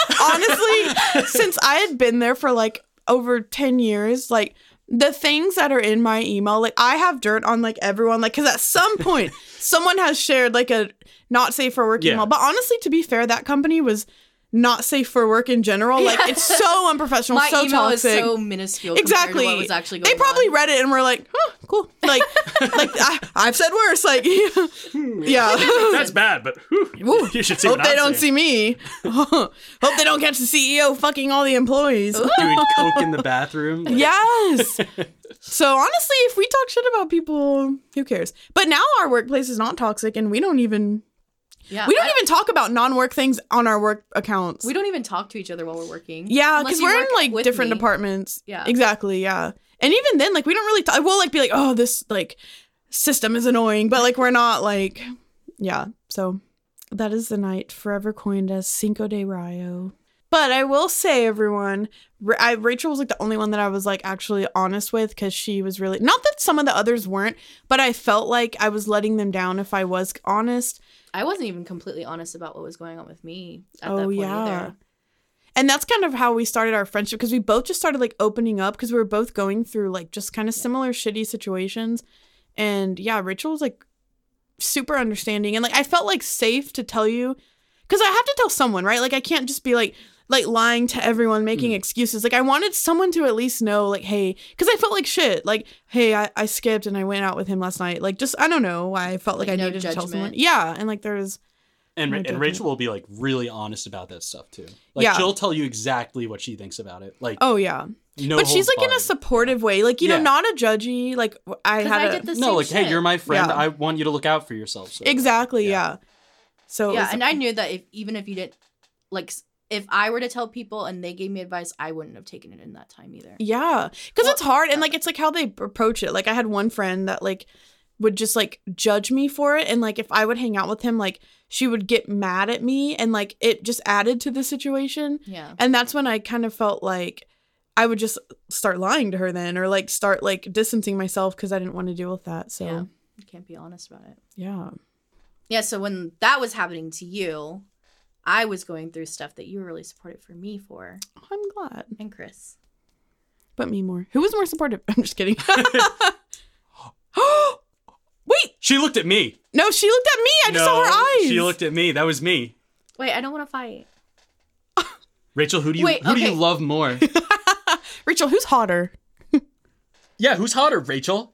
Speaker 3: honestly, since I had been there for like over 10 years, like the things that are in my email, like I have dirt on like everyone, like, cause at some point someone has shared like a not safe for work
Speaker 5: Yeah.
Speaker 3: email. But honestly, to be fair, that company was not safe for work in general. Like, it's so unprofessional,
Speaker 4: My
Speaker 3: so
Speaker 4: email
Speaker 3: toxic.
Speaker 4: is so minuscule. Exactly.
Speaker 3: Exactly.
Speaker 4: Compared to what was actually going
Speaker 3: they probably
Speaker 4: on.
Speaker 3: read it and were like, "Huh, cool." Like, like I, I've said worse. Like,
Speaker 4: Hmm.
Speaker 3: yeah.
Speaker 5: That's bad, but whew,
Speaker 3: Ooh,
Speaker 5: you should see.
Speaker 3: hope
Speaker 5: what
Speaker 3: they
Speaker 5: I'm
Speaker 3: don't
Speaker 5: saying.
Speaker 3: see me. hope they don't catch the CEO fucking all the employees.
Speaker 5: doing coke in the bathroom. Like,
Speaker 3: Yes. so honestly, if we talk shit about people, who cares? But now our workplace is not toxic, and we don't even
Speaker 4: Yeah.
Speaker 3: we don't
Speaker 4: I-
Speaker 3: even talk about non-work things on our work accounts.
Speaker 4: we don't even talk to each other while we're working.
Speaker 3: yeah,
Speaker 4: Mm-hmm. Unless
Speaker 3: because
Speaker 4: you
Speaker 3: we're
Speaker 4: work
Speaker 3: in like
Speaker 4: with
Speaker 3: different
Speaker 4: me.
Speaker 3: departments.
Speaker 4: Yeah.
Speaker 3: exactly. Yeah, and even then, like we don't really. Talk, we'll like be like, oh, this like system is annoying, but like we're not like, yeah. So that is the night forever coined as Cinco de Mayo. But I will say, everyone, Ra- I, Rachel was like the only one that I was like actually honest with because she was really not that some of the others weren't, but I felt like I was letting them down if I was honest.
Speaker 4: I wasn't even completely honest about what was going on with me at
Speaker 3: Oh,
Speaker 4: that point
Speaker 3: yeah.
Speaker 4: either.
Speaker 3: And that's kind of how we started our friendship because we both just started like opening up because we were both going through like just kind of similar shitty situations. And yeah, Rachel was like super understanding and like I felt like safe to tell you because I have to tell someone, right? Like I can't just be like like lying to everyone,
Speaker 4: Mm.
Speaker 3: making excuses. Like I wanted someone to at least know, like, hey, because I felt like shit. Like, hey, I, I skipped and I went out with him last night. Like, just I don't know why I felt like,
Speaker 4: Like,
Speaker 3: I
Speaker 4: no
Speaker 3: needed to tell someone.
Speaker 4: judgment.
Speaker 3: Yeah, and like there was
Speaker 5: And,
Speaker 3: No
Speaker 5: Ra- and
Speaker 3: judgment.
Speaker 5: Rachel will be like really honest about that stuff too. Like
Speaker 3: Yeah.
Speaker 5: she'll tell you exactly what she thinks about it. Like
Speaker 3: oh yeah,
Speaker 5: no,
Speaker 3: but she's
Speaker 5: holds
Speaker 3: like in a
Speaker 5: barred.
Speaker 3: supportive way, like you know,
Speaker 5: Yeah.
Speaker 3: not a judgy. Like w- I
Speaker 4: Because
Speaker 3: had
Speaker 4: I
Speaker 3: a-
Speaker 4: did the
Speaker 5: no,
Speaker 4: same
Speaker 5: like hey,
Speaker 4: shit.
Speaker 5: you're my friend.
Speaker 3: Yeah.
Speaker 5: I want you to look out for yourself. So.
Speaker 3: exactly, yeah.
Speaker 5: Yeah.
Speaker 3: So Oh, it
Speaker 4: yeah,
Speaker 3: was-
Speaker 4: and I knew that if even if you didn't like s- if I were to tell people and they gave me advice, I wouldn't have taken it in that time either.
Speaker 3: yeah, because it's hard and like it's like how they approach it. Like I had one friend that like would just like judge me for it, and like if I would hang out with him, like she would get mad at me, and like it just added to the situation.
Speaker 4: Yeah.
Speaker 3: And that's when I kind of felt like I would just start lying to her then, or like start like distancing myself because I didn't want to deal with that. So
Speaker 4: Yeah. You can't be honest about it.
Speaker 3: yeah.
Speaker 4: Yeah, so when that was happening to you, I was going through stuff that you were really supportive for me for
Speaker 3: I'm glad.
Speaker 4: and Chris.
Speaker 3: but me more. Who was more supportive? I'm just kidding. Wait,
Speaker 5: She looked at me.
Speaker 3: no, she looked at me. I just
Speaker 5: no,
Speaker 3: saw her eyes.
Speaker 5: She looked at me. That was me.
Speaker 4: Wait, I don't want to fight.
Speaker 5: Rachel, who do you
Speaker 4: Wait,
Speaker 5: who do
Speaker 4: okay.
Speaker 5: you love more?
Speaker 3: Rachel, who's hotter?
Speaker 5: yeah, who's hotter, Rachel?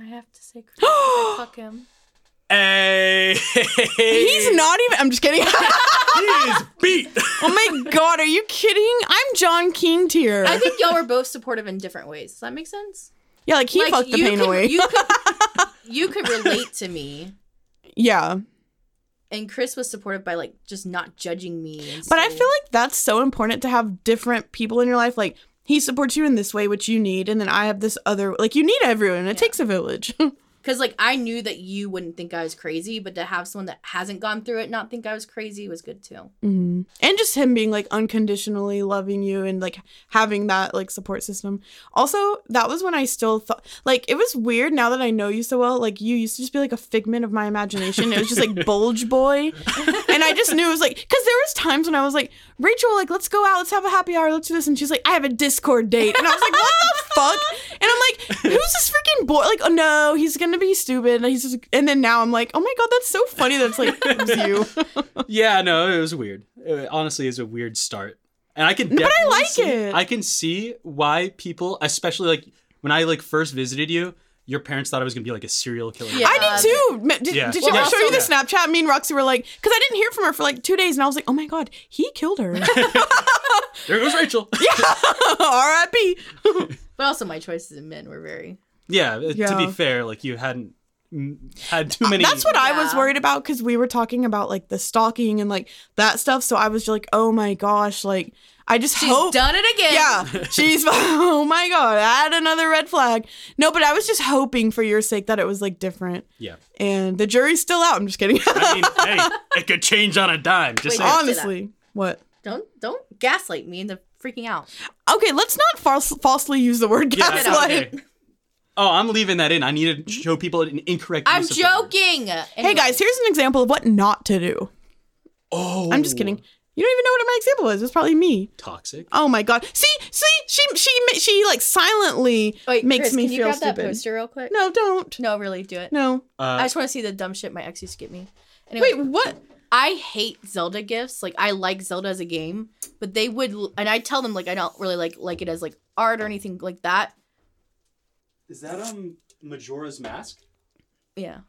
Speaker 4: I have to say Chris. I fuck him.
Speaker 5: Hey,
Speaker 3: He's not even. I'm just kidding. oh
Speaker 5: he is beat.
Speaker 3: my god, are you kidding? I'm John King tier.
Speaker 4: I think y'all were both supportive in different ways. Does that make sense?
Speaker 3: yeah, like he
Speaker 4: Like,
Speaker 3: fucked the
Speaker 4: you
Speaker 3: pain
Speaker 4: could-
Speaker 3: away.
Speaker 4: You could, you could relate to me.
Speaker 3: yeah,
Speaker 4: And Chris was supportive by like just not judging me. and
Speaker 3: but I
Speaker 4: so-
Speaker 3: feel like that's so important to have different people in your life. Like he supports you in this way, which you need, and then I have this other. Like you need everyone. It takes a village.
Speaker 4: Because like I knew that you wouldn't think I was crazy, but to have someone that hasn't gone through it not think I was crazy was good too.
Speaker 3: Mhm. And just him being like unconditionally loving you and like having that like support system. Also, that was when I still thought like it was weird now that I know you so well. Like you used to just be like a figment of my imagination. It was just like bulge boy. And I just knew it was like cuz there was times when I was like, "Rachel, like let's go out. Let's have a happy hour. Let's do this." And she's like, "I have a Discord date." And I was like, "What the fuck?" And I'm like, "Who's this freaking boy?" Like, "Oh no, he's going to be stupid." And he's just and then now I'm like, "Oh my god, that's so funny that's like it was you."
Speaker 5: yeah, no, it was weird. It honestly, is a weird start, and I can. But
Speaker 3: I like it.
Speaker 5: I can see why people, especially like when I like first visited you, your parents thought I was gonna be like a serial killer.
Speaker 4: Yeah.
Speaker 3: I
Speaker 4: Um,
Speaker 3: did too. Ma- Did,
Speaker 5: yeah.
Speaker 3: did
Speaker 5: Well,
Speaker 3: you ever show you the
Speaker 5: also-
Speaker 3: Snapchat? Me and Roxy were like, because I didn't hear from her for like two days, and I was like, oh my god, he killed her.
Speaker 5: there goes Rachel.
Speaker 3: R.I.P.
Speaker 4: But also my choices in men were very
Speaker 5: Yeah, uh, to be
Speaker 3: Yeah.
Speaker 5: fair, like you hadn't mm, had too many.
Speaker 3: That's what I was
Speaker 4: Yeah.
Speaker 3: worried about because we were talking about like the stalking and like that stuff. So I was just like, oh my gosh, like I just
Speaker 4: She's
Speaker 3: hope.
Speaker 4: done it again.
Speaker 3: Yeah, she's. Oh my god, add another red flag. No, but I was just hoping for your sake that it was like different.
Speaker 5: Yeah.
Speaker 3: And the jury's still out. I'm just kidding.
Speaker 5: I mean, hey, it could change on a dime. Just
Speaker 4: Wait,
Speaker 5: saying.
Speaker 4: on-
Speaker 3: Honestly, what?
Speaker 4: Don't don't gaslight me into freaking out.
Speaker 3: Okay, let's not fals- falsely use the word
Speaker 5: Yeah,
Speaker 3: gaslight.
Speaker 5: okay. Oh, I'm leaving that in. I need to show people an incorrect.
Speaker 4: I'm
Speaker 5: use of the word.
Speaker 4: joking.
Speaker 3: Hey guys, here's an example of what not to do.
Speaker 5: Oh,
Speaker 3: I'm just kidding. You don't even know what my example was. It's probably me.
Speaker 5: Toxic.
Speaker 3: Oh my god. See, see, she, she, she, like silently
Speaker 4: Wait,
Speaker 3: makes
Speaker 4: Chris,
Speaker 3: me
Speaker 4: can you
Speaker 3: feel
Speaker 4: grab
Speaker 3: stupid.
Speaker 4: that poster real quick?
Speaker 3: No, don't.
Speaker 4: No, really, do it.
Speaker 3: No.
Speaker 4: I
Speaker 5: Uh,
Speaker 4: just want to see the dumb shit my ex used to get me. Anyway,
Speaker 3: Wait, what?
Speaker 4: I hate Zelda gifts. Like I like Zelda as a game, but they would, and I tell them like I don't really like like it as like art or anything like that.
Speaker 5: is that um Majora's Mask?
Speaker 4: Yeah,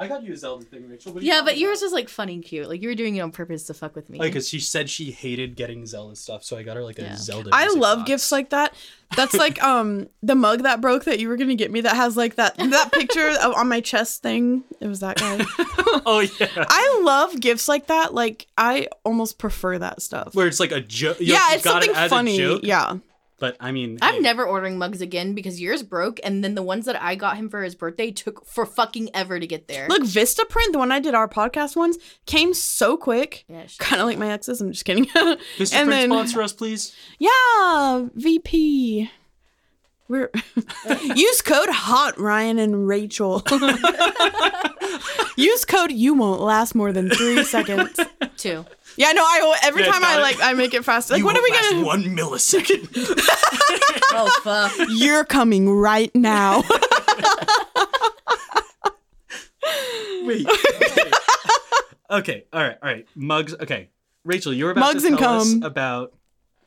Speaker 5: I got you a Zelda thing, Rachel. What are you
Speaker 4: yeah,
Speaker 5: talking
Speaker 4: but yours
Speaker 5: about?
Speaker 4: was like funny and cute. Like you were doing it on purpose to fuck with me.
Speaker 5: Like, cause she said she hated getting Zelda stuff, so I got her like a
Speaker 4: Yeah.
Speaker 5: Zelda.
Speaker 3: I
Speaker 5: music
Speaker 3: love
Speaker 5: box.
Speaker 3: gifts like that. That's like um the mug that broke that you were gonna get me that has like that that picture of, on my chest thing. It was that guy.
Speaker 5: Oh yeah,
Speaker 3: I love gifts like that. Like I almost prefer that stuff.
Speaker 5: where it's like a joke.
Speaker 3: yeah, it's something
Speaker 5: it as
Speaker 3: funny.
Speaker 5: A joke.
Speaker 3: Yeah.
Speaker 5: But I mean, hey,
Speaker 4: I'm never ordering mugs again because yours broke, and then the ones that I got him for his birthday took for fucking ever to get there.
Speaker 3: Look, Vista Print, the one I did our podcast ones, came so quick.
Speaker 4: yeah, sh-
Speaker 3: Kind of like my exes. I'm just kidding.
Speaker 5: Mr.
Speaker 3: and
Speaker 5: Print,
Speaker 3: then-
Speaker 5: sponsor us, please.
Speaker 3: yeah, VP. We're use code hot Ryan and Rachel. use code you won't last more than three seconds.
Speaker 4: two.
Speaker 3: Yeah, no, I every
Speaker 5: Yeah,
Speaker 3: time I
Speaker 5: got it.
Speaker 3: like I make it fast. Like,
Speaker 1: You
Speaker 3: what are
Speaker 1: won't
Speaker 3: we
Speaker 1: last
Speaker 3: gonna?
Speaker 1: One millisecond.
Speaker 4: Oh fuck!
Speaker 3: You're coming right now.
Speaker 5: Wait. okay. All right. All right. Mugs. Okay. Rachel, you were about
Speaker 3: Mugs
Speaker 5: to
Speaker 3: and
Speaker 5: tell us
Speaker 3: cum.
Speaker 5: about.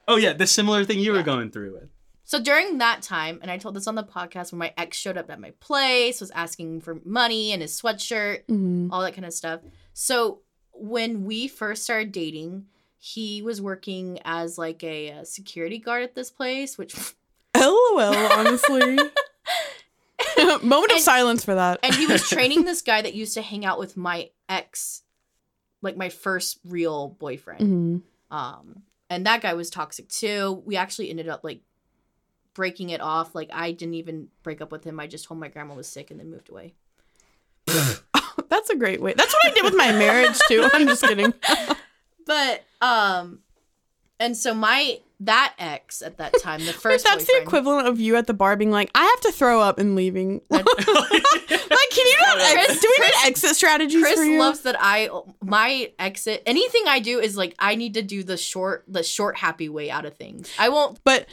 Speaker 5: Oh yeah, the similar thing you were going through with.
Speaker 4: So during that time, and I told this on the podcast when my ex showed up at my place, was asking for money and his sweatshirt,
Speaker 3: Mm.
Speaker 4: all that kind of stuff. So when we first started dating, he was working as like a, uh security guard at this place, which
Speaker 3: LOL. Honestly. Moment of
Speaker 4: And-
Speaker 3: silence for that.
Speaker 4: and he was training this guy that used to hang out with my ex, like my first real boyfriend.
Speaker 3: Mhm.
Speaker 4: um and that guy was toxic too we actually ended up like breaking it off like i didn't even break up with him i just told my grandma was sick and then moved away
Speaker 3: That's a great way. That's what I did with my marriage too. I'm just kidding.
Speaker 4: but um and so my that ex at that time the first
Speaker 3: That's the
Speaker 4: boyfriend-
Speaker 3: equivalent of you at the bar being like, I have to throw up and leaving. like, can you not?
Speaker 4: Chris-
Speaker 3: do we need
Speaker 4: Chris-
Speaker 3: exit strategies
Speaker 4: Chris
Speaker 3: for you?
Speaker 4: loves that I my exit anything I do is like I need to do the short the short happy way out of things. I won't
Speaker 3: but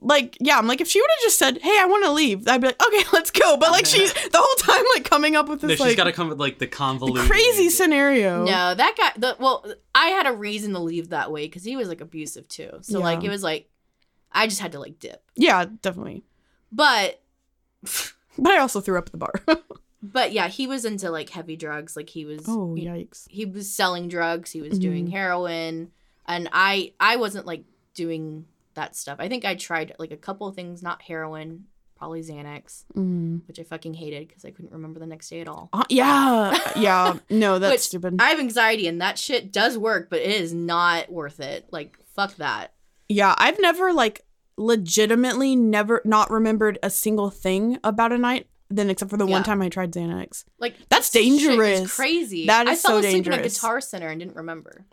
Speaker 3: like, yeah, I'm like, if she would have just said, "Hey, I want to leave," I'd be like, "Okay, let's go." But like, she's the whole time like coming up with
Speaker 5: No,
Speaker 3: this
Speaker 5: she's
Speaker 3: like
Speaker 5: got to come with like the convoluted
Speaker 3: crazy scenario.
Speaker 4: No, that guy. The, well, I had a reason to leave that way because he was like abusive too. So like
Speaker 3: Yeah.
Speaker 4: it was like I just had to like dip.
Speaker 3: Yeah, definitely.
Speaker 4: But
Speaker 3: But I also threw up at the bar.
Speaker 4: but yeah, he was into like heavy drugs. Like he was
Speaker 3: oh
Speaker 4: he,
Speaker 3: yikes!
Speaker 4: he was selling drugs. He was
Speaker 3: Mm-hmm.
Speaker 4: doing heroin, and I I wasn't like doing that stuff. I think I tried like a couple of things, not heroin, probably Xanax,
Speaker 3: Mm.
Speaker 4: which I fucking hated because I couldn't remember the next day at all.
Speaker 3: Uh, yeah, yeah. No, that's
Speaker 4: Which,
Speaker 3: stupid.
Speaker 4: I have anxiety, and that shit does work, but it is not worth it. Like fuck that.
Speaker 3: Yeah, I've never like legitimately never not remembered a single thing about a night. Then except for the
Speaker 4: Yeah.
Speaker 3: one time I tried Xanax.
Speaker 4: Like
Speaker 3: That's
Speaker 4: this shit is
Speaker 3: dangerous.
Speaker 4: crazy.
Speaker 3: That
Speaker 4: I
Speaker 3: is
Speaker 4: fell
Speaker 3: so
Speaker 4: asleep in a
Speaker 3: dangerous.
Speaker 4: guitar center and didn't remember.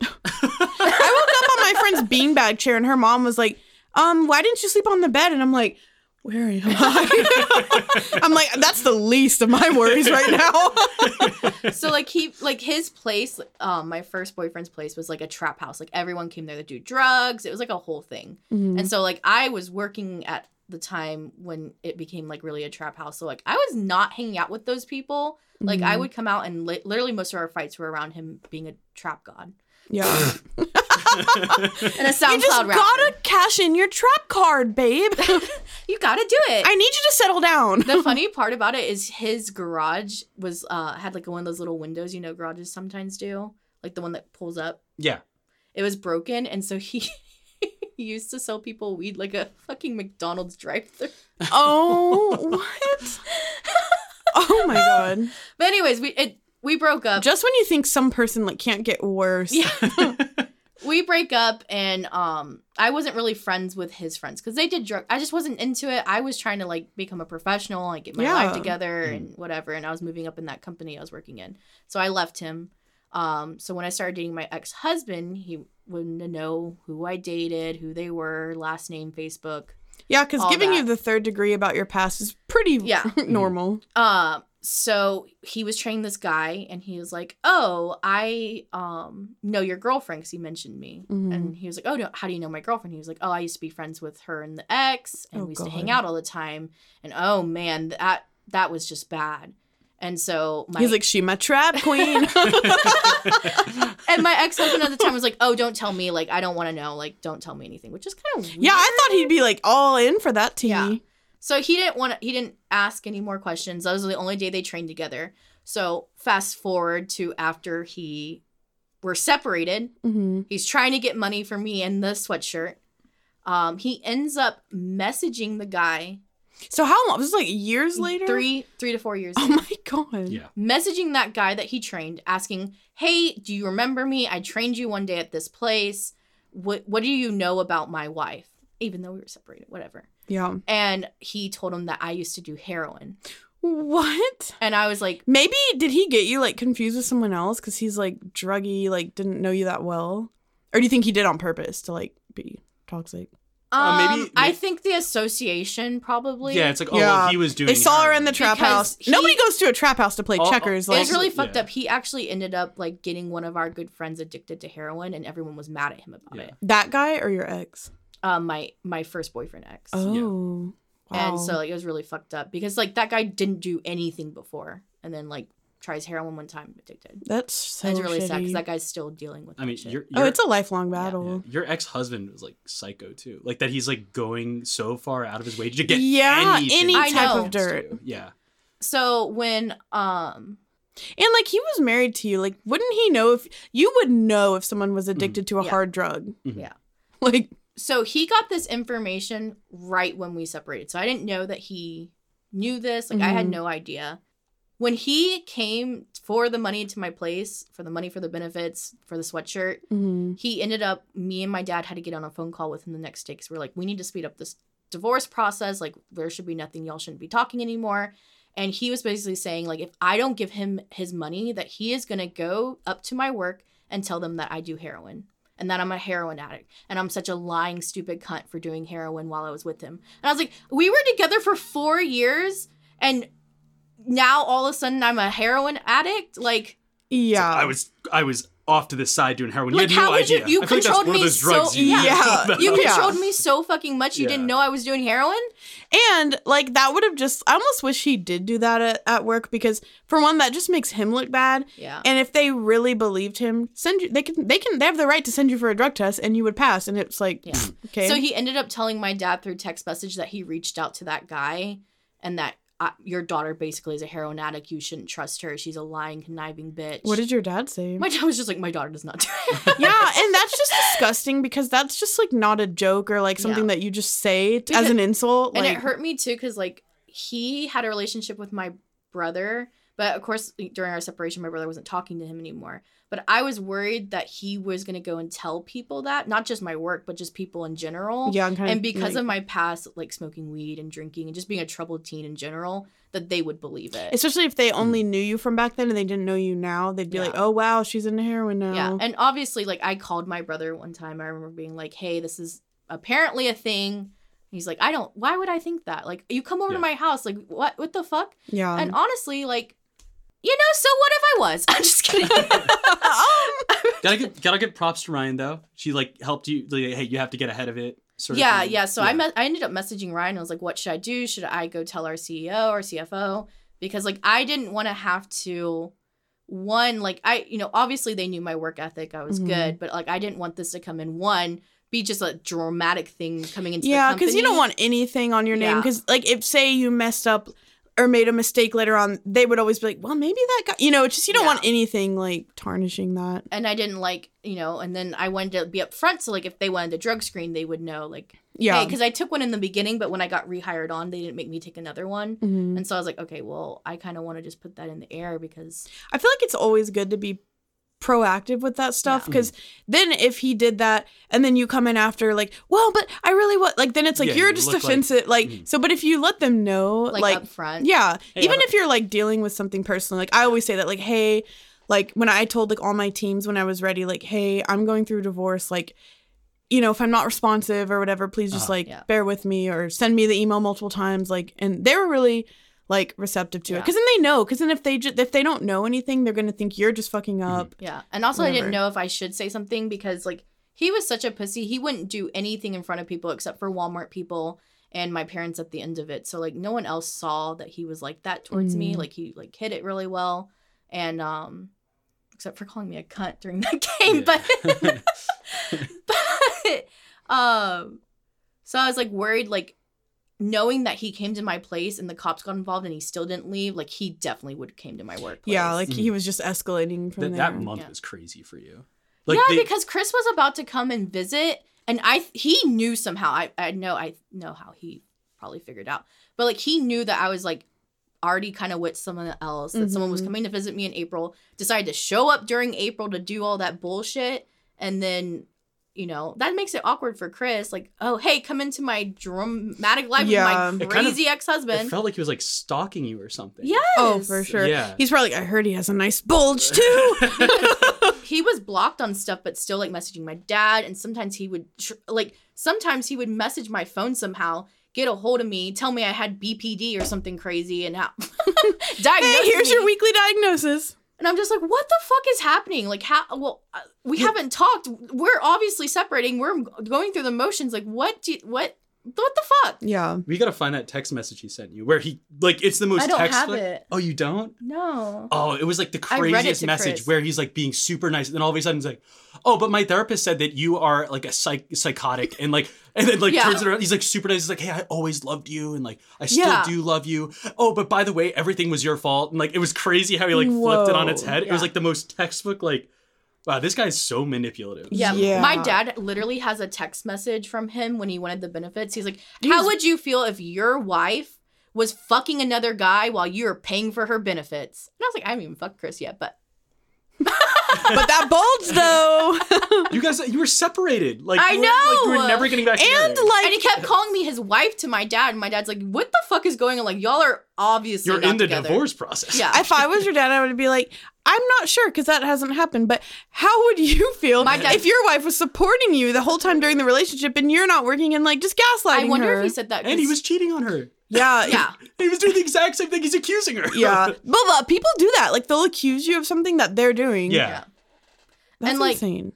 Speaker 3: I woke up on my friend's beanbag chair and her mom was like, um, why didn't you sleep on the bed? And I'm like, where am I? I'm like, that's the least of my worries right now.
Speaker 4: so like he like his place, um, my first boyfriend's place was like a trap house. Like everyone came there to do drugs. It was like a whole thing.
Speaker 3: Mm-hmm.
Speaker 4: And so like I was working at the time when it became like really a trap house. So like I was not hanging out with those people. Like
Speaker 3: Mm-hmm.
Speaker 4: I would come out and li- literally most of our fights were around him being a trap god
Speaker 3: yeah.
Speaker 4: and a
Speaker 3: You just
Speaker 4: SoundCloud rapper.
Speaker 3: gotta cash in your trap card, babe.
Speaker 4: you gotta do it.
Speaker 3: I need you to settle down.
Speaker 4: the funny part about it is his garage was uh had like one of those little windows you know garages sometimes do like the one that pulls up
Speaker 5: Yeah.
Speaker 4: it was broken and so he he used to sell people weed like a fucking mcdonald's drive through
Speaker 3: oh what? Oh my god.
Speaker 4: but anyways we it we broke up
Speaker 3: Just when you think some person like can't get worse.
Speaker 4: Yeah. we break up and um i wasn't really friends with his friends because they did drug i just wasn't into it i was trying to like become a professional like get my life
Speaker 3: Yeah.
Speaker 4: together and whatever and i was moving up in that company i was working in so i left him um so when i started dating my ex-husband he wouldn't know who i dated who they were last name facebook
Speaker 3: Yeah, because
Speaker 4: All
Speaker 3: giving you
Speaker 4: that.
Speaker 3: the third degree about your past is pretty
Speaker 4: Yeah.
Speaker 3: normal.
Speaker 4: Um, so he was training this guy, and he was like, "Oh, I um know your girlfriend because he mentioned me."
Speaker 3: Mm-hmm.
Speaker 4: And he was like, "Oh, no, how do you know my girlfriend?" He was like, "Oh, I used to be friends with her and the ex, and
Speaker 3: Oh,
Speaker 4: we used to hang
Speaker 3: God.
Speaker 4: out all the time." And oh man, that that was just bad. And so my
Speaker 3: He's like, she my trap queen.
Speaker 4: and my ex husband at the time was like, "Oh, don't tell me. Like, I don't want to know. Like, don't tell me anything." Which is kind of weird.
Speaker 3: Yeah, I thought he'd be like all in for that tea.
Speaker 4: Yeah. So he didn't want to, he didn't ask any more questions. That was the only day they trained together. So fast forward to after he were separated.
Speaker 3: hmm
Speaker 4: He's trying to get money for me and the sweatshirt. Um, he ends up messaging the guy
Speaker 3: So how long? This is like years later.
Speaker 4: Mm, three three to four years
Speaker 3: Oh
Speaker 4: later,
Speaker 3: my god.
Speaker 5: Yeah.
Speaker 4: messaging that guy that he trained, asking, "Hey, do you remember me? I trained you one day at this place. What what do you know about my wife?" even though we were separated, whatever.
Speaker 3: Yeah.
Speaker 4: And he told him that I used to do heroin.
Speaker 3: What?
Speaker 4: And I was like,
Speaker 3: Maybe did he get you like confused with someone else because he's like druggy, like didn't know you that well, or do you think he did on purpose to like be toxic?
Speaker 4: um,
Speaker 5: Uh, maybe-
Speaker 4: I
Speaker 5: maybe-
Speaker 4: think the association probably.
Speaker 5: Yeah, it's like, oh,
Speaker 3: Yeah.
Speaker 5: well, he was doing.
Speaker 3: They saw her
Speaker 5: heroin.
Speaker 3: in the trap
Speaker 4: Because
Speaker 3: house.
Speaker 4: he-
Speaker 3: Nobody goes to a trap house to play
Speaker 5: Oh, oh,
Speaker 3: checkers.
Speaker 5: oh,
Speaker 4: It
Speaker 3: Like,
Speaker 4: was really
Speaker 5: Also-
Speaker 4: fucked
Speaker 5: yeah.
Speaker 4: up. He actually ended up like getting one of our good friends addicted to heroin, and everyone was mad at him about
Speaker 5: Yeah.
Speaker 4: it.
Speaker 3: that guy or your ex?
Speaker 4: Um, my my first boyfriend ex,
Speaker 3: Oh, wow.
Speaker 4: and so like it was really fucked up because like that guy didn't do anything before, and then like tries heroin one time, addicted.
Speaker 3: that's so
Speaker 4: It's really sad
Speaker 3: shitty.
Speaker 4: because that guy's still dealing with.
Speaker 5: I mean,
Speaker 4: that shit.
Speaker 5: your,
Speaker 3: oh,
Speaker 5: your-
Speaker 3: it's a lifelong
Speaker 4: Yeah.
Speaker 5: yeah,
Speaker 3: battle.
Speaker 5: your ex husband was like psycho too. Like that, he's like going so far out of his way to get
Speaker 3: Yeah,
Speaker 5: anything
Speaker 3: any
Speaker 5: he
Speaker 4: type of
Speaker 5: wants
Speaker 3: dirt.
Speaker 5: to. Yeah,
Speaker 4: so when um
Speaker 3: And like he was married to you, like wouldn't he know if you would know if someone was
Speaker 5: Mm-hmm.
Speaker 3: addicted to a
Speaker 4: Yeah.
Speaker 3: hard drug?
Speaker 5: Mhm.
Speaker 4: Yeah.
Speaker 3: Like
Speaker 4: so he got this information right when we separated. So I didn't know that he knew this. Like I had
Speaker 3: Mhm.
Speaker 4: no idea. When he came for the money to my place, for the money for the benefits, for the sweatshirt, he ended up me and my dad had to get on a phone call with him the next day because we are like we need to speed up this divorce process like there should be nothing y'all shouldn't be talking anymore and he was basically saying like if i don't give him his money that he is going to go up to my work and tell them that i do heroin and that i'm a heroin addict and i'm such a lying stupid cunt for doing heroin while i was with him and i was like we were together for four years and now all of a sudden i'm a heroin addict like
Speaker 3: Yeah.
Speaker 5: I was I was off to the side doing heroin.
Speaker 4: Like,
Speaker 5: you had
Speaker 4: how
Speaker 5: no
Speaker 4: would you-
Speaker 5: idea.
Speaker 4: you
Speaker 5: I feel like that's
Speaker 4: controlled
Speaker 5: one of
Speaker 4: me
Speaker 5: those drugs
Speaker 4: so-
Speaker 5: you
Speaker 4: yeah.
Speaker 5: know about.
Speaker 4: you
Speaker 3: Yeah.
Speaker 4: controlled me so fucking much you didn't
Speaker 5: Yeah.
Speaker 4: know i was doing heroin
Speaker 3: And like that would have just I almost wish he did do that at, at work because for one, that just makes him look bad.
Speaker 4: yeah
Speaker 3: And if they really believed him, send you they can they can they have the right to send you for a drug test and you would pass and it's like
Speaker 4: Yeah.
Speaker 3: pfft, okay.
Speaker 4: So he ended up telling my dad through text message that he reached out to that guy and that uh, your daughter basically is a heroin addict. You shouldn't trust her. She's a lying, conniving bitch.
Speaker 3: what did your dad say?
Speaker 4: my dad was just like, my daughter does not do it.
Speaker 3: yeah, and that's just disgusting because that's just like not a joke or like something
Speaker 4: Yeah.
Speaker 3: that you just say t- as
Speaker 4: Because-
Speaker 3: an insult.
Speaker 4: and
Speaker 3: Like,
Speaker 4: it hurt me too because like he had a relationship with my brother, but of course during our separation, my brother wasn't talking to him anymore. But I was worried that he was gonna go and tell people that, not just my work, but just people in general.
Speaker 3: Yeah, I'm kind
Speaker 4: and
Speaker 3: of,
Speaker 4: because
Speaker 3: like-
Speaker 4: of my past, like smoking weed and drinking and just being a troubled teen in general, that they would believe it.
Speaker 3: especially if they only knew you from back then and they didn't know you now, they'd be
Speaker 4: Mm. Yeah.
Speaker 3: like, "Oh wow, she's into heroin now."
Speaker 4: Yeah, and obviously, like I called my brother one time. I remember being like, "Hey, this is apparently a thing." He's like, "I don't. Why would I think that? Like, you come over to
Speaker 5: Yeah.
Speaker 4: my house. Like, what? What the fuck?"
Speaker 3: yeah.
Speaker 4: and honestly, like, you know, so what if I was? I'm just kidding. Um,
Speaker 5: gotta get gotta get props to Ryan though. She like helped you. Like, hey, you have to get ahead of it. Sort of
Speaker 4: yeah,
Speaker 5: thing.
Speaker 4: yeah. So I me- I ended up messaging Ryan. I was like, "What should I do? Should I go tell our CEO or CFO?" Because like I didn't want to have to. One, like I, you know, obviously they knew my work ethic. I was
Speaker 3: Mhm.
Speaker 4: good, but like I didn't want this to come in one be just a dramatic thing coming into
Speaker 3: yeah,
Speaker 4: because
Speaker 3: because you don't want anything on your name.
Speaker 4: Yeah.
Speaker 3: Because like, if say you messed up or made a mistake later on, they would always be like, "Well, maybe that guy," you know. It's just you don't
Speaker 4: Yeah.
Speaker 3: want anything like tarnishing that.
Speaker 4: and I didn't like, you know, and then I wanted to be upfront. So, like, if they wanted the drug screen, they would know, like, yeah.
Speaker 3: Yeah.
Speaker 4: Because I took one in the beginning, but when I got rehired on, they didn't make me take another one.
Speaker 3: Mhm.
Speaker 4: And so I was like, okay, well, I kind of want to just put that in the air because,
Speaker 3: I feel like it's always good to be proactive with that stuff
Speaker 4: Yeah.
Speaker 3: because then if he did that and then you come in after like well but i really want like then it's like
Speaker 5: Yeah,
Speaker 3: you're
Speaker 5: you
Speaker 3: just
Speaker 5: look like- Mm.
Speaker 3: offensive like, so but if you let them know
Speaker 4: like,
Speaker 3: like,
Speaker 4: upfront.
Speaker 3: yeah
Speaker 5: Hey,
Speaker 3: even
Speaker 5: I'm-
Speaker 3: if you're like dealing with something personal like i always say that like hey like when i told like all my teams when i was ready like hey i'm going through a divorce like you know if i'm not responsive or whatever please just
Speaker 5: Uh-huh.
Speaker 3: like
Speaker 4: Yeah.
Speaker 3: bear with me or send me the email multiple times like and they were really like receptive to it
Speaker 4: Yeah.
Speaker 3: because then they know because then if they ju- if they don't know anything they're gonna think you're just fucking up
Speaker 4: Yeah. And also, I didn't
Speaker 3: Whatever.
Speaker 4: know if I should say something because, like, he was such a pussy. He wouldn't do anything in front of people except for Walmart people and my parents at the end of it. So, like, no one else saw that he was like that towards me.
Speaker 3: Mhm.
Speaker 4: Like, he, like, hid it really well. And, um, except for calling me a cunt during that game. But, but, um, so I was like worried, like, knowing that he came to my place and the cops got involved and he still didn't leave, like, he definitely would have came to my workplace.
Speaker 3: yeah like he was just escalating from
Speaker 5: Th-
Speaker 3: there
Speaker 5: that month
Speaker 4: Yeah.
Speaker 5: was crazy for you.
Speaker 4: yeah,
Speaker 5: they-
Speaker 4: because Chris was about to come and visit, and I he knew somehow. I I know I know how he probably figured out, but like he knew that I was like already kind of with someone else that someone was
Speaker 3: Mhm.
Speaker 4: coming to visit me in April. Decided to show up during April to do all that bullshit, and then you know, that makes it awkward for Chris. Like, oh, hey, come into my dramatic life
Speaker 3: Yeah.
Speaker 4: with my
Speaker 3: It
Speaker 5: kind of-
Speaker 4: crazy ex husband.
Speaker 5: It felt like he was like stalking you or something.
Speaker 4: yes.
Speaker 3: Oh, for sure.
Speaker 5: Yeah.
Speaker 3: He's probably. like, I heard he has a nice bulge too.
Speaker 4: he was blocked on stuff but still like messaging my dad and sometimes he would tr- like sometimes he would message my phone somehow get a hold of me tell me i had bpd or something crazy and how diagnose
Speaker 3: hey, here's
Speaker 4: me.
Speaker 3: your weekly diagnosis.
Speaker 4: and i'm just like what the fuck is happening like how well uh, we haven't talked we're obviously separating we're going through the motions like what do you, what what the fuck
Speaker 3: Yeah.
Speaker 5: We gotta find that text message he sent you where he like it's the most
Speaker 4: I don't
Speaker 5: text
Speaker 4: have
Speaker 5: like-
Speaker 4: it.
Speaker 5: Oh, you don't?
Speaker 4: no
Speaker 5: Oh, it was like the
Speaker 4: I read it
Speaker 5: craziest
Speaker 4: to
Speaker 5: message
Speaker 4: Chris.
Speaker 5: where he's like being super nice, and then all of a sudden he's like, "Oh, but my therapist said that you are like a psych- psychotic," and like, and then like
Speaker 4: Yeah.
Speaker 5: turns it around. He's like super nice. He's like, "Hey, I always loved you, and like I still
Speaker 4: Yeah.
Speaker 5: do love you." Oh, but by the way, everything was your fault, and like it was crazy how he like flipped it on
Speaker 3: Whoa.
Speaker 5: its head. It was
Speaker 4: Yeah.
Speaker 5: like the most textbook like, "Wow, this guy's so manipulative."
Speaker 4: Yeah,
Speaker 3: Yeah.
Speaker 4: my dad literally has a text message from him when he wanted the benefits. He's like,
Speaker 3: He's-
Speaker 4: "How would you feel if your wife was fucking another guy while you were paying for her benefits?" And I was like, "I haven't even fucked Chris yet, but
Speaker 3: But that bulge though.
Speaker 5: you guys, you were separated. Like
Speaker 4: I
Speaker 5: you were- like, you
Speaker 4: know!
Speaker 5: were never getting back
Speaker 3: and
Speaker 5: together.
Speaker 3: like
Speaker 4: and he kept calling me his wife to my dad, and my dad's like, "What the fuck is going on? Like, y'all are obviously
Speaker 5: you're
Speaker 4: not
Speaker 5: in the
Speaker 4: together.
Speaker 5: divorce process.
Speaker 4: Yeah,
Speaker 3: if I was your dad, I would be like, I'm not sure because that hasn't happened. But how would you feel
Speaker 4: My dad-
Speaker 3: if your wife was supporting you the whole time during the relationship and you're not working and like just gaslighting
Speaker 4: I wonder
Speaker 3: her?
Speaker 4: if he said that.
Speaker 5: and he
Speaker 4: 'cause-
Speaker 5: was cheating on her.
Speaker 3: yeah,
Speaker 4: yeah,
Speaker 5: He was doing the exact same thing. He's accusing her.
Speaker 3: yeah. But uh, people do that. Like they'll accuse you of something that they're doing.
Speaker 5: yeah.
Speaker 3: that's
Speaker 4: and, like-
Speaker 3: insane.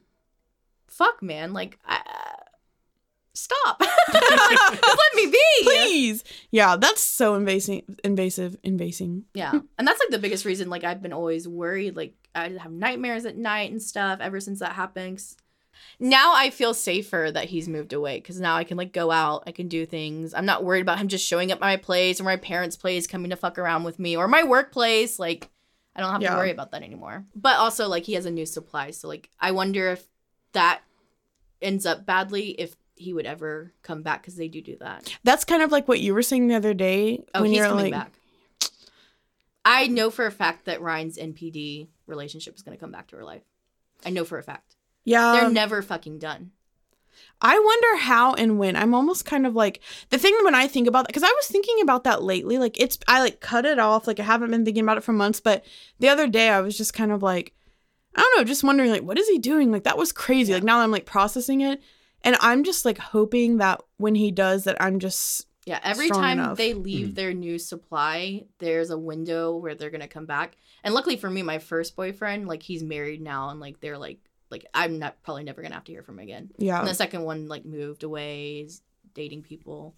Speaker 4: fuck, man, like, I, uh, stop, Just let me be,
Speaker 3: Please, yeah, that's so invasive, invasive, invasing.
Speaker 4: Yeah. And that's like the biggest reason like I've been always worried like I have nightmares at night and stuff ever since that happened. 'Cause Now I feel safer that he's moved away cuz now I can like go out, I can do things. I'm not worried about him just showing up at my place or my parents' place coming to fuck around with me or my workplace like I don't have to
Speaker 3: Yeah.
Speaker 4: worry about that anymore. But also like he has a new supply, so like I wonder if that ends up badly if he would ever come back cuz they do do that.
Speaker 3: That's kind of like what you were saying the other day
Speaker 4: Oh,
Speaker 3: when
Speaker 4: he's
Speaker 3: you're
Speaker 4: coming
Speaker 3: like,
Speaker 4: back. I know for a fact that Ryan's NPD relationship is going to come back to her life. I know for a fact.
Speaker 3: yeah,
Speaker 4: They're never fucking done.
Speaker 3: I wonder how and when. I'm almost kind of like the thing when I think about that because I was thinking about that lately. Like it's I like cut it off. Like I haven't been thinking about it for months. But the other day I was just kind of like, I don't know, just wondering like what is he doing? Like that was crazy. Like now that I'm like processing it, and I'm just like hoping that when he does that, I'm just
Speaker 4: Yeah, every
Speaker 3: Strong
Speaker 4: time
Speaker 3: enough.
Speaker 4: they leave their new supply, there's a window where they're going to come back. And luckily for me, my first boyfriend, like he's married now and like they're like like I'm not probably never going to have to hear from him again.
Speaker 3: yeah.
Speaker 4: And the second one like moved away, is dating people.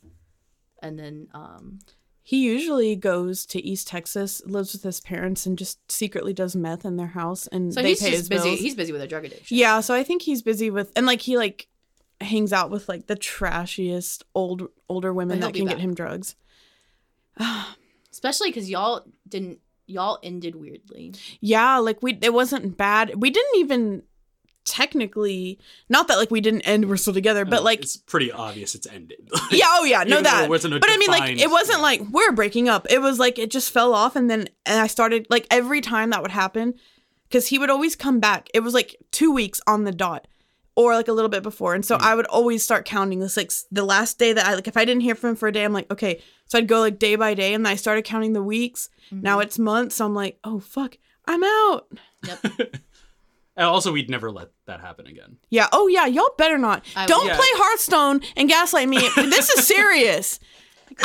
Speaker 4: And then um
Speaker 3: He usually goes to East Texas, lives with his parents, and just secretly does meth in their house, and
Speaker 4: so
Speaker 3: they
Speaker 4: he's
Speaker 3: pay his
Speaker 4: just busy.
Speaker 3: bills.
Speaker 4: He's busy with a drug addiction.
Speaker 3: Yeah, so I think he's busy with and like he like hangs out with like the trashiest old older women
Speaker 4: But he'll
Speaker 3: that
Speaker 4: be
Speaker 3: can
Speaker 4: back.
Speaker 3: get him drugs.
Speaker 4: especially because y'all didn't y'all ended weirdly
Speaker 3: Yeah, like we it wasn't bad. We didn't even technically not that like we didn't end we're still together,
Speaker 4: Oh,
Speaker 3: but like
Speaker 5: it's pretty obvious it's ended.
Speaker 3: yeah, oh yeah,
Speaker 5: Even though
Speaker 3: no that.
Speaker 5: there wasn't a
Speaker 3: But I mean like
Speaker 5: defined-
Speaker 3: it wasn't like we're breaking up. It was like it just fell off and then and I started like every time that would happen cuz he would always come back. It was like 2 weeks on the dot. or like a little bit before. And so
Speaker 5: Hmm.
Speaker 3: I would always start counting this like s- the last day that I like if I didn't hear from him for a day, I'm like, okay. So I'd go like day by day and I started counting the weeks. Now it's months. So I'm like, oh fuck, I'm out.
Speaker 5: and also, we'd never let that happen again.
Speaker 3: Yeah. Oh yeah, y'all better not.
Speaker 4: I-
Speaker 3: don't
Speaker 5: yeah.
Speaker 3: play Hearthstone and gaslight me. this is serious.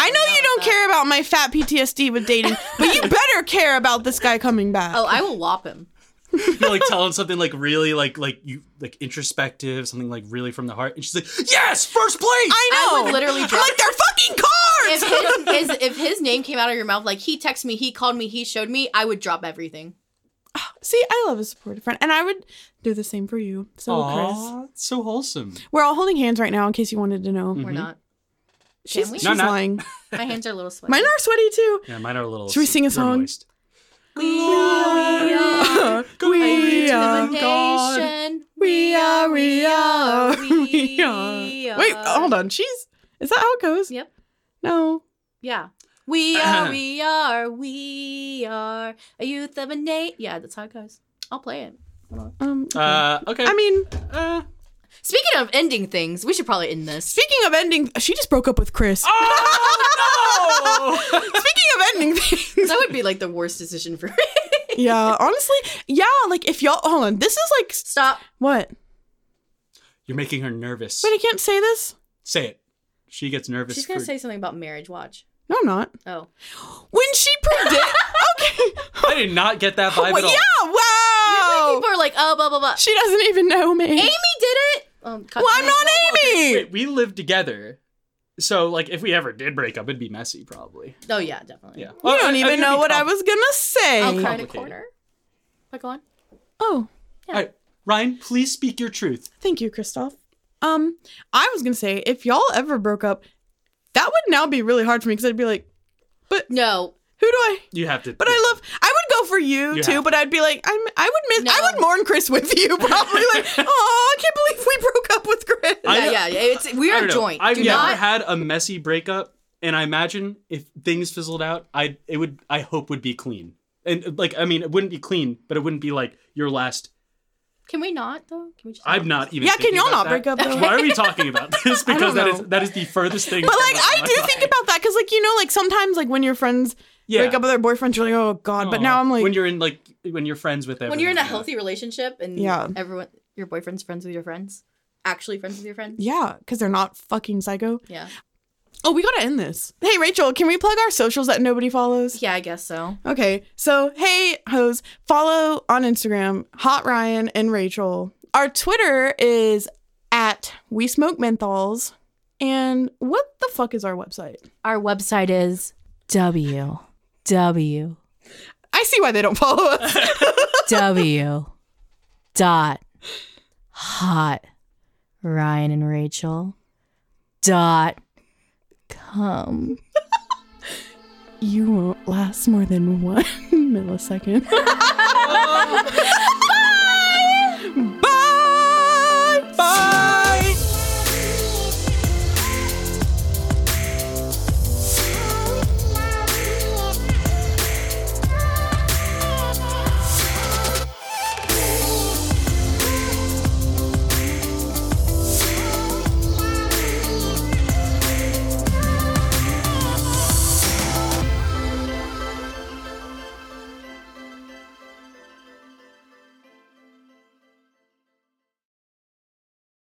Speaker 3: I know you don't care about my fat PTSD with dating, but you better care about this guy coming back.
Speaker 4: oh i will whop him
Speaker 5: You're like telling something like really like like you like introspective, something like really from the heart, and she's like, "Yes, first place."
Speaker 3: I know.
Speaker 4: I would literally
Speaker 3: I'm
Speaker 4: drop-
Speaker 3: like they're fucking cards.
Speaker 4: if his, his if his name came out of your mouth like he texted me he called me he showed me i would drop everything
Speaker 3: See, I love a supportive friend, and I would do the same for you. So would Oh, Chris.
Speaker 5: Aw, it's so wholesome.
Speaker 3: We're all holding hands right now, in case you wanted to know.
Speaker 4: we're not
Speaker 3: She's,
Speaker 4: Can we?
Speaker 3: she's
Speaker 5: Mm. No, not-
Speaker 3: lying.
Speaker 4: my hands are a little sweaty
Speaker 3: Mine are sweaty too.
Speaker 5: Yeah, mine are a little.
Speaker 3: Should we sing a
Speaker 5: they're
Speaker 3: song?
Speaker 5: moist.
Speaker 3: Oh, we are.
Speaker 4: Intimidation.
Speaker 3: We are. We are.
Speaker 4: We
Speaker 3: We
Speaker 4: are.
Speaker 3: are. Wait, hold on. She's. Is that how it goes?
Speaker 4: Yep.
Speaker 3: No.
Speaker 4: yeah we are we are we are a youth of a nate yeah that's how it goes i'll play it
Speaker 3: Um.
Speaker 5: Uh, okay.
Speaker 3: I mean,
Speaker 5: uh,
Speaker 4: Speaking of ending things, we should probably end this.
Speaker 3: Speaking of ending, she just broke up with Chris.
Speaker 5: Oh no!
Speaker 3: Speaking of ending things.
Speaker 4: that would be like the worst decision for me.
Speaker 3: Yeah, honestly. Yeah, like if y'all, hold on. This is like,
Speaker 4: Stop.
Speaker 3: what?
Speaker 5: You're making her nervous.
Speaker 3: But I can't say this?
Speaker 5: Say it. She gets nervous.
Speaker 4: She's gonna
Speaker 5: for-
Speaker 4: say something about marriage. Watch.
Speaker 3: No, I'm not.
Speaker 4: Oh,
Speaker 3: When she predicted. okay.
Speaker 5: I did not get that vibe
Speaker 3: Wait,
Speaker 5: at all.
Speaker 3: Oh, yeah, wow.
Speaker 4: people are like, oh, blah blah blah.
Speaker 3: She doesn't even know me.
Speaker 4: Amy did it. Um, cut-
Speaker 3: Well, I'm not Amy.
Speaker 5: Wait, we lived together. So like if we ever did break up, it'd be messy probably.
Speaker 4: Oh yeah, definitely.
Speaker 5: Yeah. Uh,
Speaker 3: You don't even know what I was gonna say.
Speaker 4: I'll cry in a
Speaker 5: Complicated.
Speaker 4: corner. But go on.
Speaker 3: Oh,
Speaker 5: All right. Ryan, please speak your truth.
Speaker 3: thank you, Christoph. Um, I was gonna say if y'all ever broke up, that would now be really hard for me because I'd be like,
Speaker 4: No,
Speaker 3: who do I?
Speaker 5: You have to
Speaker 3: But I love. I would go for you
Speaker 5: You
Speaker 3: too,
Speaker 5: have
Speaker 3: but I'd be like, I'm. I would miss.
Speaker 4: No.
Speaker 3: I would mourn Chris with you probably. Like, oh, I can't believe we broke up with Chris.
Speaker 5: I-
Speaker 4: yeah,
Speaker 5: know-
Speaker 4: yeah, yeah. It's we
Speaker 5: I
Speaker 4: are
Speaker 5: don't know.
Speaker 4: joint.
Speaker 5: I've
Speaker 4: Do
Speaker 5: never
Speaker 4: not.
Speaker 5: had a messy breakup, and I imagine if things fizzled out, I it would I hope would be clean. And like I mean, it wouldn't be clean, but it wouldn't be like your last.
Speaker 4: can we not though? Can we just?
Speaker 5: I'm not even.
Speaker 3: Yeah, can
Speaker 5: thinking
Speaker 3: y'all
Speaker 5: about
Speaker 3: not break
Speaker 5: that.
Speaker 3: up, though?
Speaker 5: Why are we talking about this? Because that is
Speaker 3: know.
Speaker 5: that is the furthest thing.
Speaker 3: but like, I do think about that because like you know like sometimes like when your friends
Speaker 5: Yeah.
Speaker 3: break up with their boyfriends, you're like, oh god. But now I'm like,
Speaker 5: when you're in like when you're friends with everyone.
Speaker 4: When you're in a healthy relationship and
Speaker 3: Yeah.
Speaker 4: everyone, your boyfriend's friends with your friends, actually friends with your friends.
Speaker 3: yeah, because they're not fucking psycho.
Speaker 4: Yeah.
Speaker 3: Oh, we gotta end this. Hey, Rachel, can we plug our socials that nobody follows?
Speaker 4: Yeah, I guess so.
Speaker 3: Okay, so hey, hoes, follow on Instagram, Hot Ryan and Rachel. Our Twitter is at We Smoke Menthols. And what the fuck is our website?
Speaker 4: Our website is w w
Speaker 3: I see why they don't follow us.
Speaker 4: w dot hot Ryan and Rachel dot com.
Speaker 3: you won't last more than one millisecond. Bye! Bye!